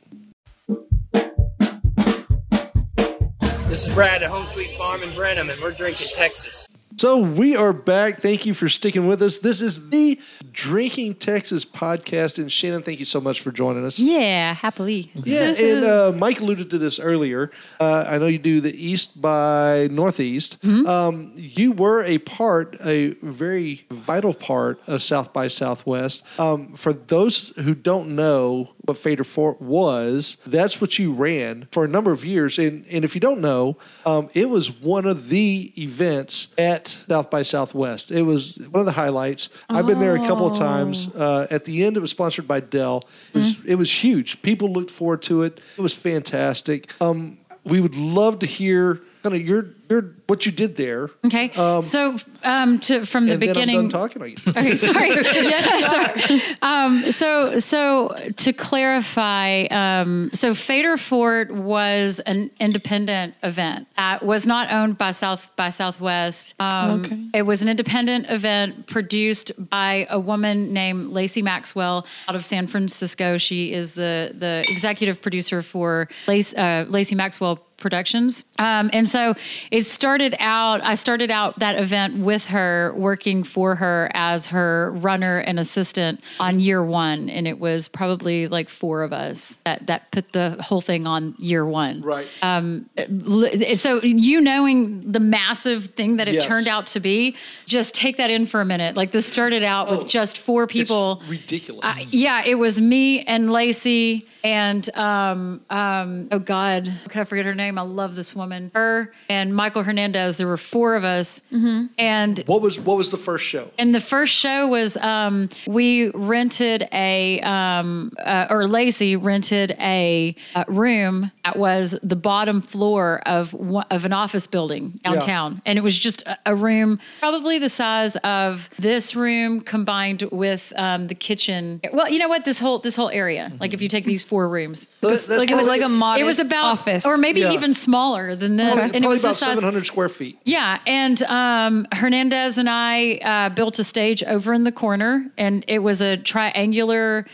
Speaker 9: This is Brad at Home Sweet Farm in Brenham, and we're drinking Texas.
Speaker 5: So we are back. Thank you for sticking with us. This is the Drinking Texas podcast, and Shannon, thank you so much for joining us.
Speaker 7: Yeah, happily.
Speaker 5: Yeah, and uh, Mike alluded to this earlier. Uh, I know you do the East by Northeast. Um, you were a part, a very vital part of South by Southwest. Um, for those who don't know what Fader Fort was, that's what you ran for a number of years. And, and if you don't know, um, it was one of the events at South by Southwest. It was one of the highlights. I've been there a couple of times. Uh, at the end, it was sponsored by Dell. It was, it was huge. People looked forward to it. It was fantastic. Um, we would love to hear kind of your your what you did there.
Speaker 7: Okay. so um, to, from the
Speaker 5: and then I'm done
Speaker 7: beginning.
Speaker 5: talking. I guess.
Speaker 7: Okay, sorry. yes, sorry. Um, so, so to clarify, um, so Fader Fort was an independent event. Uh, was not owned by South by Southwest. Um,
Speaker 4: Okay.
Speaker 7: It was an independent event produced by a woman named Lacey Maxwell out of San Francisco. She is the the executive producer for Lacey, uh, Lacey Maxwell Productions. Um, and so it started out, I started out that event with her, working for her as her runner and assistant on year one. And it was probably like four of us that, that put the whole thing on year one.
Speaker 5: Right.
Speaker 7: uh, Li- So you knowing the massive thing that it
Speaker 5: Yes.
Speaker 7: turned out to be, just take that in for a minute. Like this started out
Speaker 5: Oh,
Speaker 7: with just four people.
Speaker 5: It's ridiculous.
Speaker 7: I- yeah, it was me and Lacey and um um oh god, how could I forget her name? I love this woman. Her and Michael Hernandez. There were four of us,
Speaker 5: Mm-hmm.
Speaker 7: and
Speaker 5: what was what was the first show?
Speaker 7: and the first show was um, we rented a um, uh, or Lacey rented a uh, room that was the bottom floor of one, of an office building downtown, and it was just a, a room probably the size of this room combined with um, the kitchen. Well, you know what this whole this whole area
Speaker 5: Mm-hmm.
Speaker 7: like if you take these four rooms,
Speaker 5: That's- that's
Speaker 4: Like it was
Speaker 5: probably-
Speaker 4: like a modest
Speaker 7: it was about
Speaker 4: office.
Speaker 7: or maybe
Speaker 5: Yeah.
Speaker 7: even smaller than this, and it
Speaker 5: probably
Speaker 7: was the
Speaker 5: about
Speaker 7: size
Speaker 5: 700 square feet.
Speaker 7: yeah, and um, Hernandez and I uh, built a stage over in the corner, and it was a triangular,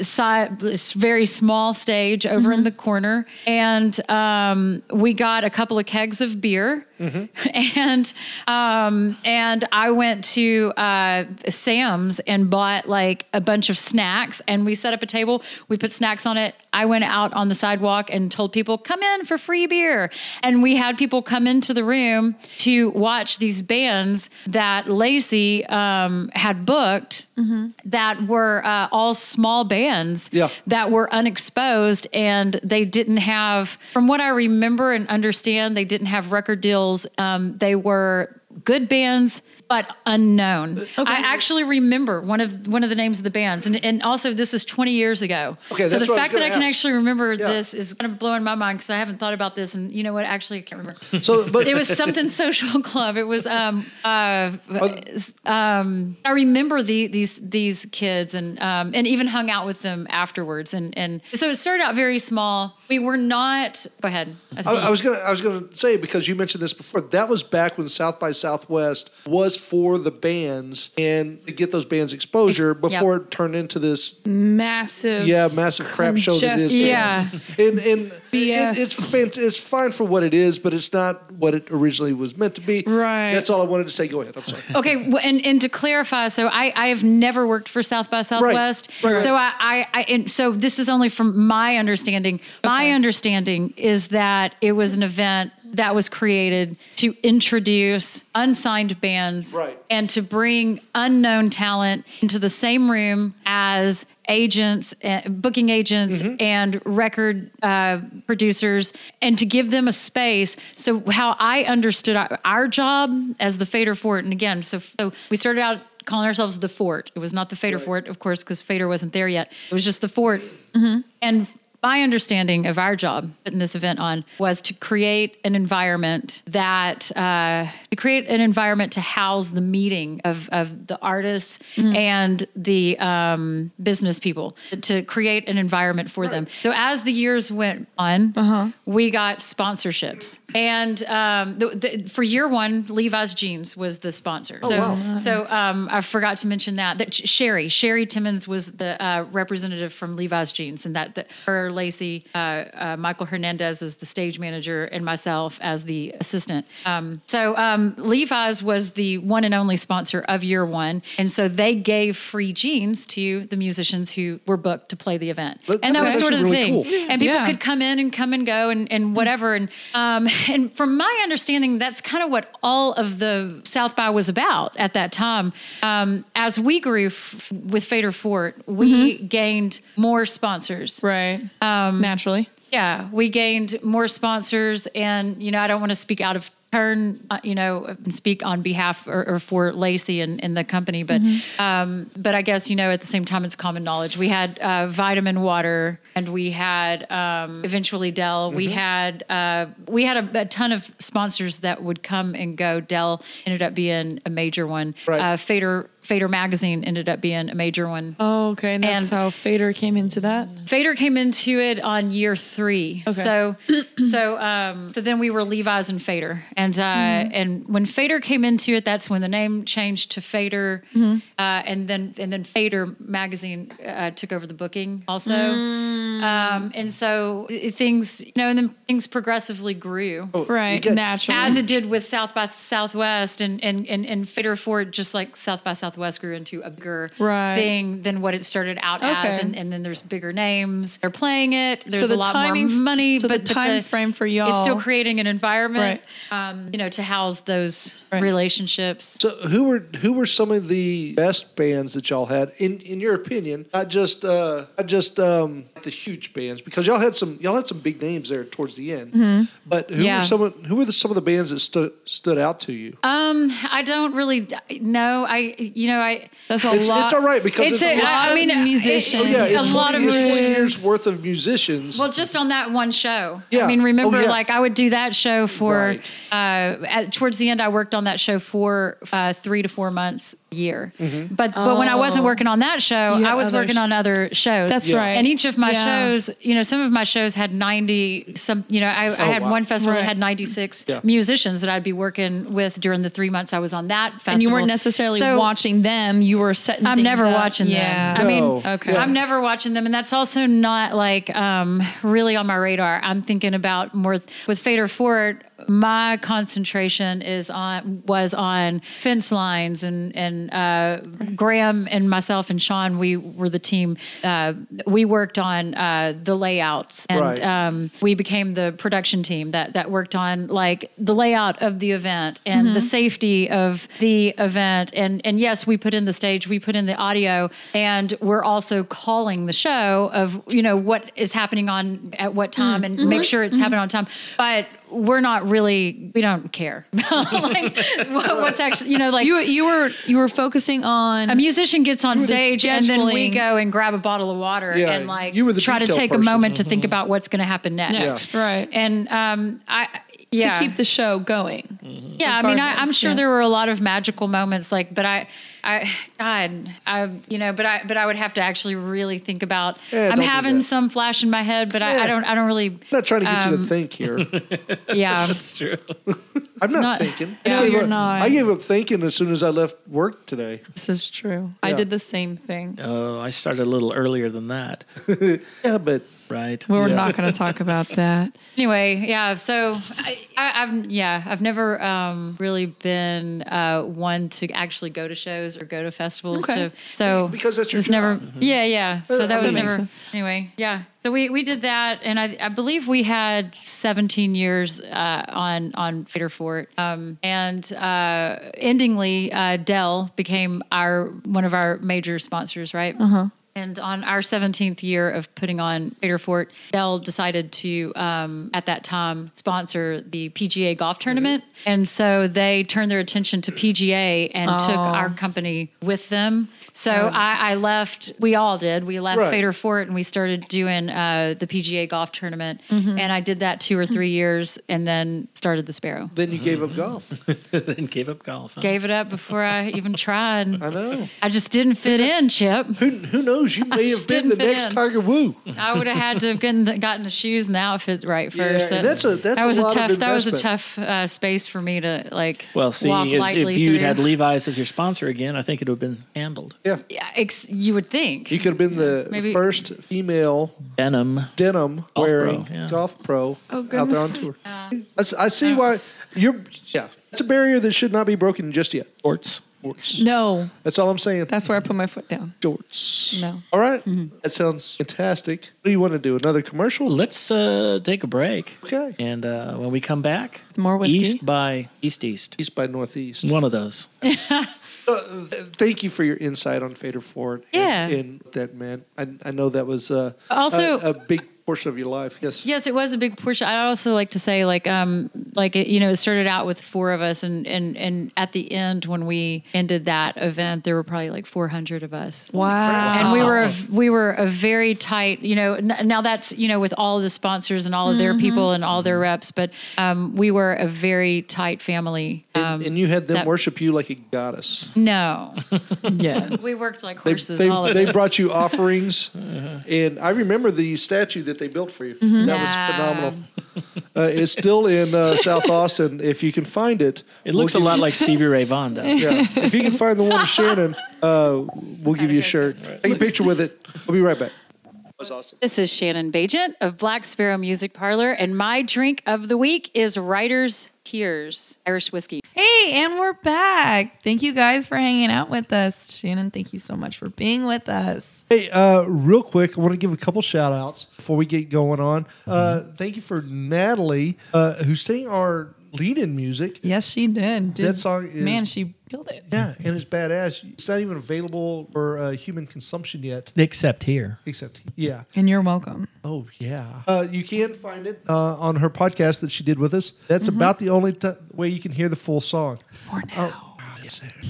Speaker 7: si- very small stage over in the corner, and um, we got a couple of kegs of beer. and um, and I went to uh, Sam's and bought like a bunch of snacks, and we set up a table. We put snacks on it. I went out on the sidewalk and told people, "Come in for free beer," and we had people come into the room to watch these bands that Lacey um, had booked that were uh, all small bands
Speaker 5: Yeah.
Speaker 7: that were unexposed and they didn't have from what i remember and understand they didn't have record deals um, they were good bands but unknown i actually remember one of one of the names of the bands and, and also this is 20 years ago
Speaker 5: Okay,
Speaker 7: so
Speaker 5: that's
Speaker 7: the
Speaker 5: what I was
Speaker 7: fact that
Speaker 5: gonna
Speaker 7: i can
Speaker 5: ask.
Speaker 7: actually remember
Speaker 5: Yeah.
Speaker 7: this is kind of blowing my mind because i haven't thought about this and you know what actually i can't remember
Speaker 5: So, but
Speaker 7: it was something social club. It was um uh
Speaker 5: Oth-
Speaker 7: um I remember the these these kids and um and even hung out with them afterwards and and so it started out very small. We were not go ahead. I, see.
Speaker 5: I, I was gonna I was gonna say because you mentioned this before. That was back when South by Southwest was for the bands and to get those bands exposure
Speaker 7: Ex-
Speaker 5: before
Speaker 7: yep. Mm-hmm.
Speaker 5: it turned into this
Speaker 4: Massive.
Speaker 5: yeah massive crap show that
Speaker 4: Congested.
Speaker 5: it is. today.
Speaker 7: yeah.
Speaker 5: and and
Speaker 4: BS.
Speaker 5: it, it's fan- it's fine for what it is, but it's not what it originally was meant to be.
Speaker 4: Right.
Speaker 5: That's all I wanted to say. Go ahead. I'm sorry.
Speaker 7: Okay, w- and, and to clarify, so I, I have never worked for South by Southwest.
Speaker 5: Right, right.
Speaker 7: So I, I, I and so this is only from my understanding. My understanding is that it was an event that was created to introduce unsigned bands
Speaker 5: Right.
Speaker 7: and to bring unknown talent into the same room as agents, uh, booking agents, and record uh, producers, and to give them a space. So, how I understood our, our job as the Fader Fort, and again, so, so we started out calling ourselves the Fort. It was not the Fader Fort, of course, because Fader wasn't there yet. It was just the Fort. Mm-hmm. And my understanding of our job putting this event on was to create an environment that uh, to create an environment to house the meeting of, of the artists and the um, business people to create an environment for them. So as the years went on, we got sponsorships, and um, the, the, for year one, Levi's Jeans was the sponsor. so
Speaker 5: wow.
Speaker 7: so um, I forgot to mention that that Sh- Sherry Sherry Timmons was the uh, representative from Levi's Jeans, and that, that her Lacey uh, uh, Michael Hernandez is the stage manager, and myself as the assistant. Um, so um, Levi's was the one and only sponsor of year one, and so they gave free jeans to the musicians who were booked to play the event,
Speaker 5: That-
Speaker 7: and that
Speaker 5: that's
Speaker 7: was sort of
Speaker 5: actually
Speaker 7: the
Speaker 5: really
Speaker 7: thing.
Speaker 5: cool.
Speaker 7: And people
Speaker 4: Yeah.
Speaker 7: could come in and come and go and, and whatever. And um, and from my understanding, that's kind of what all of the South by was about at that time. Um, as we grew f- with Fader Fort, we gained more sponsors.
Speaker 4: Right. Um, Naturally.
Speaker 7: Yeah, we gained more sponsors, and you know, I don't want to speak out of turn, uh, you know, and speak on behalf or, or for Lacey and, and the company, but um, but I guess you know, at the same time, it's common knowledge. We had uh, Vitamin Water, and we had um, eventually Dell. We had uh, we had a, a ton of sponsors that would come and go. Dell ended up being a major one.
Speaker 5: Right.
Speaker 7: Uh, Fader Fader Magazine ended up being a major one.
Speaker 4: Oh, okay. And that's
Speaker 7: And-
Speaker 4: how Fader came into that.
Speaker 7: Fader came into it on year three. So, so, um, so then we were Levi's and Fader, and uh, and when Fader came into it, that's when the name changed to Fader, uh, and then and then Fader magazine uh, took over the booking also, um, and so it- things you know, and then things progressively grew
Speaker 4: Right. Naturally.
Speaker 7: as it did with South by Southwest and and and, and Fader Ford, just like South by Southwest grew into a bigger
Speaker 4: Right.
Speaker 7: thing than what it started out as,
Speaker 4: Okay.
Speaker 7: and, and then there's bigger names. They're playing it. There's
Speaker 4: the
Speaker 7: a lot
Speaker 4: timing-
Speaker 7: more money,
Speaker 4: so the
Speaker 7: but but
Speaker 4: time frame for
Speaker 7: it's
Speaker 4: y'all-
Speaker 7: still creating an environment, um, you know, to house those
Speaker 4: Right.
Speaker 7: relationships.
Speaker 5: So who were who were some of the best bands that y'all had in in your opinion? Not just uh not just um the huge bands because y'all had some y'all had some big names there towards the end. But who
Speaker 7: Mm-hmm. Yeah.
Speaker 5: were some of, who were the, some of the bands that stood stood out to you?
Speaker 7: um, I don't really d- know. I you know I
Speaker 4: That's a
Speaker 5: it's,
Speaker 4: lot.
Speaker 5: it's all right because
Speaker 7: it's
Speaker 5: it's,
Speaker 7: a-
Speaker 5: a lot.
Speaker 7: I- I mean, it-
Speaker 4: musicians.
Speaker 5: oh, yeah,
Speaker 7: it's
Speaker 5: it's,
Speaker 7: a lot of
Speaker 5: it's 20
Speaker 4: groups.
Speaker 5: years worth of musicians.
Speaker 7: Well, just on that one show. I
Speaker 5: Yeah.
Speaker 7: mean,
Speaker 5: Oh,
Speaker 7: remember,
Speaker 5: yeah.
Speaker 7: like I would do that show for. Uh, at, towards the end, I worked on that show for uh, three to four months a year.
Speaker 5: Mm-hmm.
Speaker 7: But but when I wasn't
Speaker 4: Oh.
Speaker 7: working on that show,
Speaker 4: You had
Speaker 7: I was
Speaker 4: other
Speaker 7: working
Speaker 4: sh-
Speaker 7: on other shows.
Speaker 4: That's Yeah. right.
Speaker 7: And each of my
Speaker 4: Yeah.
Speaker 7: shows, you know, some of my shows had ninety. Some you know, I, I had
Speaker 5: Oh, wow.
Speaker 7: one festival
Speaker 4: Right.
Speaker 7: that had ninety six
Speaker 5: Yeah.
Speaker 7: musicians that I'd be working with during the three months I was on that festival.
Speaker 4: and you weren't necessarily
Speaker 7: So-
Speaker 4: watching them. You were setting.
Speaker 7: I'm
Speaker 4: things
Speaker 7: never
Speaker 4: up.
Speaker 7: watching
Speaker 4: yeah.
Speaker 7: them. I mean,
Speaker 5: No.
Speaker 4: Okay.
Speaker 7: I'm never watching them, and that's also not like um, really on my radar. I'm thinking about more with Fader Ford. my concentration is on was on fence lines and and uh, Graham and myself and Sean we were the team uh, we worked on uh, the layouts and
Speaker 5: Right.
Speaker 7: um, we became the production team that that worked on like the layout of the event and
Speaker 4: Mm-hmm.
Speaker 7: the safety of the event and and yes we put in the stage we put in the audio and we're also calling the show of you know what is happening on at what
Speaker 4: Mm-hmm.
Speaker 7: time and make sure it's happening on time but we're not really we don't care like what, what's actually you know like
Speaker 4: You you were you were focusing on
Speaker 7: a musician gets on
Speaker 4: You were the
Speaker 7: stage and then we
Speaker 4: scheduling-
Speaker 7: go and grab a bottle of water
Speaker 5: Yeah,
Speaker 7: and like
Speaker 5: you were the
Speaker 7: try to
Speaker 5: detail
Speaker 7: take
Speaker 5: person. Mm-hmm.
Speaker 7: a moment to think about what's going to happen next.
Speaker 4: next, right?
Speaker 7: And um, I yeah,
Speaker 4: To keep the show going.
Speaker 7: yeah. I mean, I,
Speaker 4: regardless,
Speaker 7: I'm sure
Speaker 4: yeah.
Speaker 7: there were a lot of magical moments, like, but I, I, God, I, you know, but I, but I would have to actually really think about.
Speaker 5: Yeah, don't
Speaker 7: I'm
Speaker 5: do
Speaker 7: having
Speaker 5: that.
Speaker 7: some flash in my head, but I,
Speaker 5: Yeah.
Speaker 7: I don't, I don't really.
Speaker 5: I'm not trying to get you to
Speaker 7: Um,
Speaker 5: think here.
Speaker 7: Yeah,
Speaker 8: It's true.
Speaker 5: I'm not,
Speaker 7: not-
Speaker 5: thinking.
Speaker 4: No,
Speaker 5: I gave
Speaker 4: you're
Speaker 5: up-
Speaker 4: not.
Speaker 5: I gave up thinking as soon as I left work today.
Speaker 4: This is true. I
Speaker 5: Yeah.
Speaker 4: did the same thing.
Speaker 8: Oh, I started a little earlier than that.
Speaker 5: Yeah, but
Speaker 8: Right.
Speaker 4: We're not going to talk about that.
Speaker 7: anyway, yeah. So I, I, I've yeah, I've never um, really been uh, one to actually go to shows or go to festivals.
Speaker 4: Okay.
Speaker 7: To, so
Speaker 5: Because that's your
Speaker 7: it was
Speaker 5: job.
Speaker 7: Oh, never. Yeah, yeah. So that
Speaker 5: that
Speaker 7: was
Speaker 4: Mm-hmm. makes
Speaker 7: never.
Speaker 4: sense.
Speaker 7: Anyway, yeah. So we, we did that, and I, I believe we had 17 years uh, on on Fader Fort, um, and uh, endingly uh, Dell became our one of our major sponsors, right? Uh
Speaker 4: Uh-huh.
Speaker 7: huh. And on our 17th year of putting on Fader Fort, Dell decided to, um, at that time, sponsor the PGA golf tournament. And so they turned their attention to PGA and took our company with them. So I, I left, we all did. We left
Speaker 5: Right.
Speaker 7: Fader Fort and we started doing uh, the PGA golf tournament. And I did that two or three years and then started the Sparrow.
Speaker 5: then you gave
Speaker 7: Mm-hmm.
Speaker 5: up golf.
Speaker 8: then gave up golf. huh?
Speaker 7: Gave it up before I even tried.
Speaker 5: I know.
Speaker 7: I just didn't fit in, Chip.
Speaker 5: Who, who knows? You may have
Speaker 7: just
Speaker 5: been the
Speaker 7: didn't fit
Speaker 5: next
Speaker 7: in.
Speaker 5: Tiger Woo.
Speaker 7: I would have had to have gotten the, gotten the shoes and the outfit right
Speaker 5: Yeah,
Speaker 7: first.
Speaker 5: and that's a- that's
Speaker 7: that
Speaker 5: a
Speaker 7: was
Speaker 5: lot of
Speaker 7: tough that was a
Speaker 5: investment.
Speaker 7: tough uh, space for me to like.
Speaker 8: Well, see,
Speaker 7: walk
Speaker 8: if, if
Speaker 7: lightly
Speaker 8: you'd
Speaker 7: through.
Speaker 8: had Levi's as your sponsor again, I think it would have been handled.
Speaker 7: Yeah, ex- you would think
Speaker 5: You could have been the
Speaker 7: Maybe-
Speaker 5: first female
Speaker 8: Denim.
Speaker 5: denim
Speaker 8: pro,
Speaker 5: wearing
Speaker 8: yeah.
Speaker 5: golf pro
Speaker 7: Oh,
Speaker 5: out there on tour. I s- I, see why you're. Yeah, it's a barrier that should not be broken just yet.
Speaker 8: Shorts.
Speaker 5: Shorts.
Speaker 4: No,
Speaker 5: That's all I'm saying.
Speaker 4: that's where I put my foot down.
Speaker 5: shorts.
Speaker 4: No.
Speaker 5: All right.
Speaker 7: Mm-hmm.
Speaker 5: That sounds fantastic. What do you want to do? Another commercial?
Speaker 8: Let's uh, take a break.
Speaker 5: Okay.
Speaker 8: And uh, when we come back,
Speaker 4: More whiskey?
Speaker 8: East by East East.
Speaker 5: East by Northeast.
Speaker 8: One of those.
Speaker 5: Uh, th- thank you for your insight on Fader Ford. and-
Speaker 7: Yeah.
Speaker 5: And, that man, I, I know that was uh,
Speaker 7: Also-
Speaker 5: a, a big portion of your life. Yes.
Speaker 7: Yes, it was a big portion. I'd also like to say, like, um, like it, you know, it started out with four of us, and and and at the end, when we ended that event, there were probably like four hundred of us.
Speaker 4: Wow.
Speaker 7: and we were a, we were a very tight you know n- now that's you know with all the sponsors and all of
Speaker 5: Mm-hmm.
Speaker 7: their people and all their reps but um, we were a very tight family um,
Speaker 5: and you had them
Speaker 7: that-
Speaker 5: worship you like a goddess.
Speaker 7: no
Speaker 4: Yes.
Speaker 7: we worked like
Speaker 5: They,
Speaker 7: horses
Speaker 5: they,
Speaker 7: all of
Speaker 5: they
Speaker 7: us.
Speaker 5: brought you offerings,
Speaker 8: Uh-huh.
Speaker 5: and I remember the statue that they built for you. That was
Speaker 7: Mm-hmm. Yeah.
Speaker 5: phenomenal. Uh, it's still in uh, South Austin. If you can find it,
Speaker 8: It looks a lot like Stevie Ray Vaughan, though.
Speaker 5: Yeah. If you can find the one of Shannon, uh, we'll give you a shirt. Take a picture with it. We'll be right back. That was awesome.
Speaker 7: This is Shannon Bajent of Black Sparrow Music Parlor, and my drink of the week is Writer's Tears Irish Whiskey.
Speaker 4: Hey, and we're back. Thank you guys for hanging out with us. Shannon, thank you so much for being with us.
Speaker 5: Hey, uh, real quick, I want to give a couple shout outs before we get going on. Uh, thank you for Natalie, uh, who sang our lead in music.
Speaker 4: Yes, she did. Did-
Speaker 5: That song is-
Speaker 4: Man, she killed it.
Speaker 5: Yeah, and it's badass. It's not even available for uh, human consumption yet,
Speaker 6: Except here.
Speaker 5: except, yeah.
Speaker 4: And you're welcome.
Speaker 5: Oh, yeah. Uh, you can find it uh, on her podcast that she did with us. That's about the only t- way you can hear the full song. Oh,
Speaker 4: For now.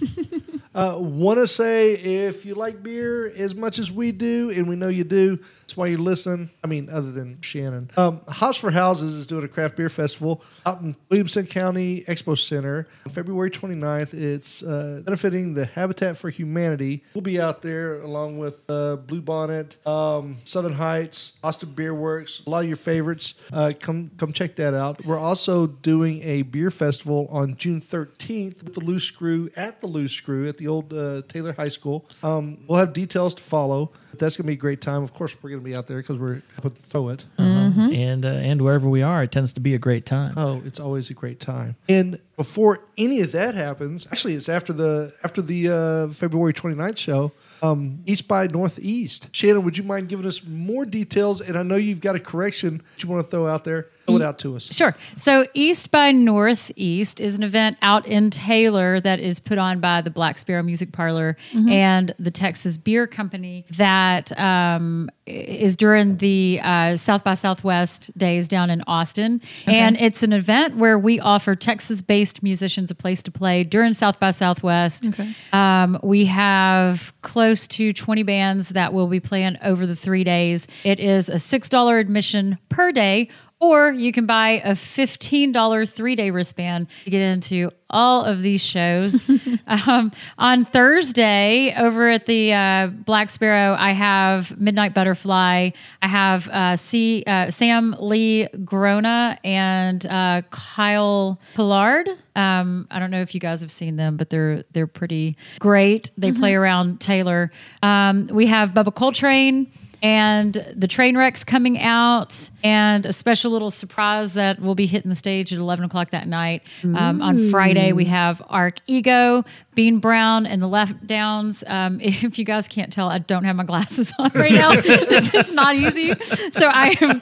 Speaker 5: Uh, Want to say if you like beer as much as we do, and we know you do, that's why you're listening. I mean, other than Shannon, um, Hops for Houses is doing a craft beer festival out in Williamson County Expo Center on February 29th. It's uh, benefiting the Habitat for Humanity. We'll be out there along with uh, Blue Bonnet, um, Southern Heights, Austin Beer Works, a lot of your favorites. Uh, come come check that out. We're also doing a beer festival on June 13th with the Loose Screw at the Loose Screw at the old uh, Taylor High School. Um, we'll have details to follow. That's going to be a great time. Of course, we're going to be out there because we're up to throw it.
Speaker 4: Mm-hmm.
Speaker 6: and uh, and wherever we are, it tends to be a great time.
Speaker 5: Oh, it's always a great time. And before any of that happens, actually, it's after the after the uh, February 29th show. Um, East by Northeast. Shannon, would you mind giving us more details? And I know you've got a correction that you want to throw out there. Throw it out to us.
Speaker 7: Sure. So East by Northeast is an event out in Taylor that is put on by the Black Sparrow Music Parlor and the Texas Beer Company that um, is during the uh, South by Southwest days down in Austin. And it's an event where we offer Texas based musicians a place to play during South by Southwest. Um, we have close to 20 bands that will be playing over the three days. It is a $6 admission per day. Or you can buy a $15 three day wristband to get into all of these shows. um, on Thursday, over at the uh, Black Sparrow, I have Midnight Butterfly. I have uh, C, uh, Sam Lee Grona and uh, Kyle Pillard. Um, I don't know if you guys have seen them, but they're they're pretty great. They play around Taylor. Um, we have Bubba Coltrane and the train wreck's coming out and a special little surprise that will be hitting the stage at 11 o'clock that night um, on friday we have arc ego bean brown and the left downs um, if you guys can't tell i don't have my glasses on right now this is not easy so i am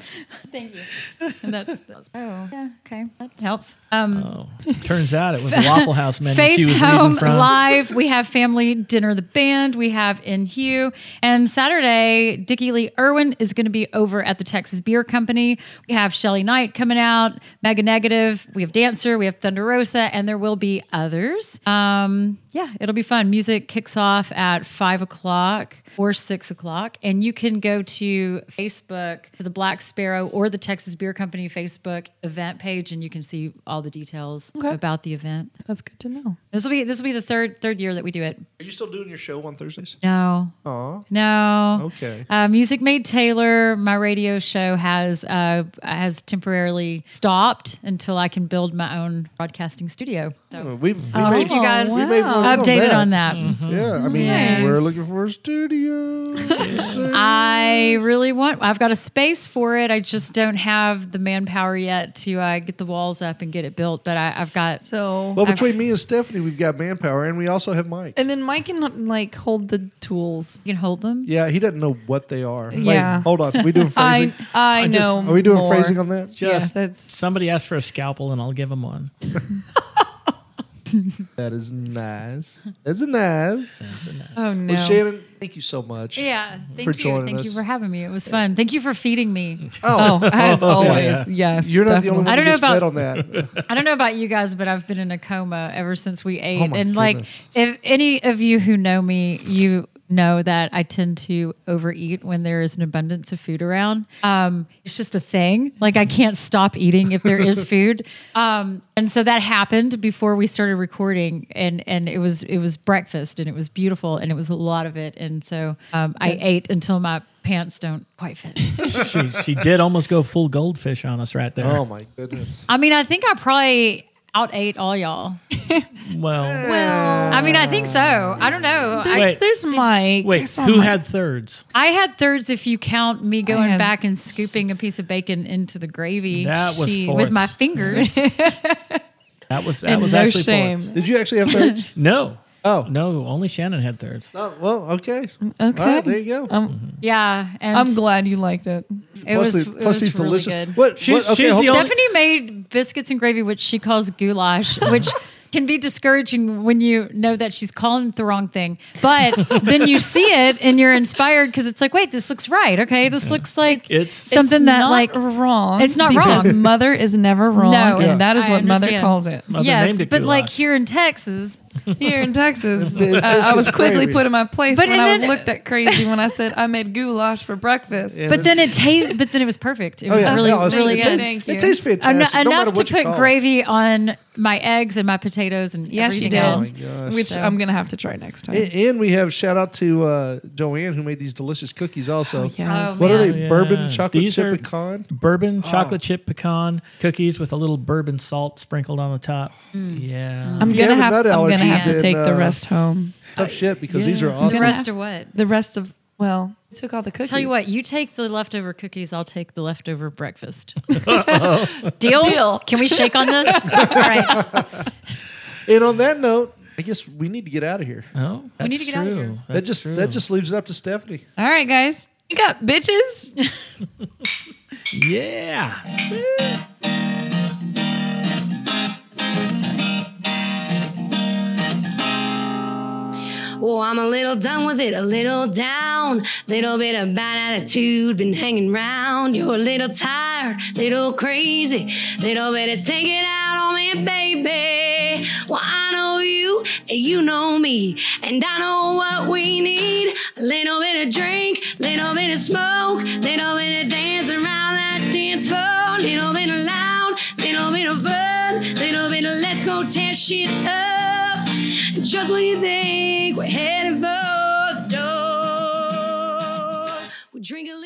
Speaker 7: thank you and that's, that's oh yeah okay that helps um,
Speaker 6: Turns out it was a Waffle House menu she
Speaker 7: Faith
Speaker 6: was
Speaker 7: Home
Speaker 6: reading from.
Speaker 7: Live. We have Family Dinner the Band. We have In Hugh. And Saturday, Dickie Lee Irwin is going to be over at the Texas Beer Company. We have Shelly Knight coming out, Mega Negative. We have Dancer. We have Thunder Rosa. And there will be others. Um, yeah, it'll be fun. Music kicks off at 5 o'clock or 6 o'clock. And you can go to Facebook, to the Black Sparrow or the Texas Beer Company Facebook event page, and you can see all the details about the event.
Speaker 4: That's good to know.
Speaker 7: This will be this will be the third third year that we do it.
Speaker 5: Are you still doing your show on Thursdays?
Speaker 7: No,
Speaker 5: Aw.
Speaker 7: no.
Speaker 5: Okay.
Speaker 7: Uh, Music Made Taylor, my radio show has uh, has temporarily stopped until I can build my own broadcasting studio. So
Speaker 5: Uh, We, we
Speaker 7: I'll
Speaker 5: may-
Speaker 7: keep Oh, you guys
Speaker 5: we may
Speaker 4: wow.
Speaker 5: work
Speaker 7: updated on that.
Speaker 5: Mm-hmm. Yeah, I mean,
Speaker 7: Yeah.
Speaker 5: we're looking for a studio.
Speaker 7: I really want. I've got a space for it. I just don't have the manpower yet to uh, get the walls up and get it built. But I, I've got.
Speaker 4: So
Speaker 5: well, between me and Stephanie, we've got manpower, and we also have
Speaker 7: Uh,
Speaker 5: Mike.
Speaker 4: and then Mike can like hold the tools.
Speaker 7: you can hold them.
Speaker 5: Yeah, he doesn't know what they are. Wait,
Speaker 4: Yeah.
Speaker 5: hold on. we doing phrasing?
Speaker 4: I I,
Speaker 6: just-
Speaker 4: know.
Speaker 5: Are we doing
Speaker 4: more.
Speaker 5: phrasing on that?
Speaker 6: Just
Speaker 4: Yeah, that's-
Speaker 6: somebody asked for a scalpel, and I'll give them one.
Speaker 5: That is nice. That's nice.
Speaker 4: Oh no.
Speaker 5: Well, Shannon, thank you so much.
Speaker 7: Yeah. Thank
Speaker 5: For
Speaker 7: you.
Speaker 5: joining
Speaker 7: Thank you
Speaker 5: us.
Speaker 7: for having me. It was fun. Thank you for feeding me.
Speaker 5: Oh,
Speaker 4: Oh, as always,
Speaker 5: yeah.
Speaker 4: yes.
Speaker 5: you're not the
Speaker 4: definitely.
Speaker 5: only one
Speaker 7: I
Speaker 5: who
Speaker 7: don't know
Speaker 5: gets
Speaker 7: about-
Speaker 5: fed on that.
Speaker 7: I don't know about you guys, but I've been in a coma ever since we ate.
Speaker 5: Oh my
Speaker 7: and
Speaker 5: goodness.
Speaker 7: like, if any of you who know me, you know that I tend to overeat when there is an abundance of food around. Um, it's just a thing. Like I can't stop eating if there is food. Um, and so that happened before we started recording, and and it was it was breakfast, and it was beautiful, and it was a lot of it. And so um, I ate until my pants don't quite fit.
Speaker 6: she she did almost go full goldfish on us right there.
Speaker 5: oh my goodness.
Speaker 7: I mean, I think I probably out ate all y'all.
Speaker 6: Well,
Speaker 4: Well,
Speaker 7: I mean, I think so. I don't know. I,
Speaker 6: Wait.
Speaker 4: there's Mike. I
Speaker 6: wait,
Speaker 4: saw
Speaker 6: who
Speaker 4: Mike.
Speaker 6: had thirds?
Speaker 7: I had thirds if you count me going
Speaker 4: had-
Speaker 7: back and scooping a piece of bacon into the gravy
Speaker 6: That was
Speaker 7: she-
Speaker 6: fourths.
Speaker 7: with my fingers.
Speaker 6: That was that
Speaker 4: And
Speaker 6: was
Speaker 4: no
Speaker 6: actually
Speaker 4: shame.
Speaker 6: fourths.
Speaker 5: Did you actually have thirds?
Speaker 6: No,
Speaker 5: Oh.
Speaker 6: no, only Shannon had thirds.
Speaker 5: Oh, well, okay.
Speaker 4: Okay.
Speaker 5: All right, there you go.
Speaker 7: Mm-hmm.
Speaker 4: I'm,
Speaker 7: yeah, and
Speaker 4: I'm glad you liked it.
Speaker 7: it
Speaker 5: plus
Speaker 7: was,
Speaker 5: the-
Speaker 7: it
Speaker 5: plus
Speaker 7: was
Speaker 5: these
Speaker 7: really
Speaker 5: delicious.
Speaker 7: good.
Speaker 5: What?
Speaker 6: She's-
Speaker 5: what? Okay,
Speaker 6: she's
Speaker 5: hold
Speaker 6: the
Speaker 5: on.
Speaker 6: only-
Speaker 7: Stephanie made biscuits and gravy, which she calls goulash, which can be discouraging when you know that she's calling it the wrong thing. But then you see it and you're inspired because it's like, wait, this looks right. Okay, this looks like
Speaker 6: It's-
Speaker 7: something
Speaker 4: It's
Speaker 7: that
Speaker 4: not
Speaker 7: like
Speaker 4: wrong.
Speaker 7: It's not
Speaker 4: because
Speaker 7: wrong.
Speaker 4: Mother is never wrong,
Speaker 7: No,
Speaker 4: and that is
Speaker 7: I
Speaker 4: what mother
Speaker 7: understand.
Speaker 4: calls it.
Speaker 5: Oh,
Speaker 6: Mother
Speaker 7: yes,
Speaker 6: named it
Speaker 7: but like
Speaker 6: goulash.
Speaker 7: here in Texas,
Speaker 4: Here in Texas,
Speaker 5: It's
Speaker 4: I- I was
Speaker 5: biscuits
Speaker 4: quickly
Speaker 5: gravy.
Speaker 4: put in my place
Speaker 7: But
Speaker 4: when
Speaker 7: and
Speaker 4: I was
Speaker 7: then-
Speaker 4: looked at crazy when I said I made goulash for breakfast.
Speaker 5: Yeah.
Speaker 7: but then it tastes. But then it was perfect. It
Speaker 5: Oh,
Speaker 7: was
Speaker 5: yeah.
Speaker 7: really,
Speaker 5: Yeah, it's
Speaker 7: really
Speaker 5: good.
Speaker 7: good.
Speaker 4: Thank you.
Speaker 5: It tastes
Speaker 7: Eno-
Speaker 5: fantastic. no matter
Speaker 7: enough to
Speaker 5: what you
Speaker 7: put
Speaker 5: call it.
Speaker 7: gravy on my eggs and my potatoes and
Speaker 4: yeah, she
Speaker 7: everything
Speaker 4: did,
Speaker 7: else.
Speaker 5: Oh my gosh.
Speaker 4: which
Speaker 7: So-
Speaker 4: I'm gonna have to try next time.
Speaker 5: And, and we have shout out to uh, Joanne who made these delicious cookies. Also,
Speaker 7: Oh,
Speaker 4: yes.
Speaker 5: what are
Speaker 7: man.
Speaker 5: they? Bourbon
Speaker 6: Yeah.
Speaker 5: chocolate
Speaker 6: These
Speaker 5: chip
Speaker 6: are-
Speaker 5: pecan.
Speaker 6: Bourbon chocolate chip pecan cookies with a little bourbon salt sprinkled on the top.
Speaker 7: Hmm.
Speaker 6: Yeah,
Speaker 7: Um,
Speaker 4: I'm
Speaker 5: you
Speaker 4: gonna
Speaker 5: have a
Speaker 4: have,
Speaker 5: nut
Speaker 4: I'm gonna
Speaker 5: allergy,
Speaker 4: have to
Speaker 5: then,
Speaker 4: take the
Speaker 5: uh,
Speaker 4: rest home.
Speaker 5: Tough shit because these
Speaker 6: yeah.
Speaker 5: are awesome.
Speaker 7: The rest of what?
Speaker 4: The rest of Well, I took all the cookies.
Speaker 7: Tell you what, you take the leftover cookies, I'll take the leftover breakfast. Deal?
Speaker 4: Deal.
Speaker 7: Can we shake on this? All right.
Speaker 5: And on that note, I guess we need to get out of here.
Speaker 6: Oh,
Speaker 7: We need
Speaker 6: that's
Speaker 7: to get out of
Speaker 6: true.
Speaker 7: here.
Speaker 5: that
Speaker 6: That's
Speaker 5: just
Speaker 6: true.
Speaker 5: that just leaves it up to Stephanie.
Speaker 4: All right, guys. You got bitches.
Speaker 6: yeah.
Speaker 3: Oh, I'm a little done with it, a little down, little bit of bad attitude, been hanging round. You're a little tired, little crazy, little bit of take it out on me, baby. Well, I know you, and you know me, and I know what we need. A little bit of drink, little bit of smoke, little bit of dance around that dance floor, little bit of loud, little bit of fun, little bit of let's go tear shit up. Just when you think we're headed for the door, we drink a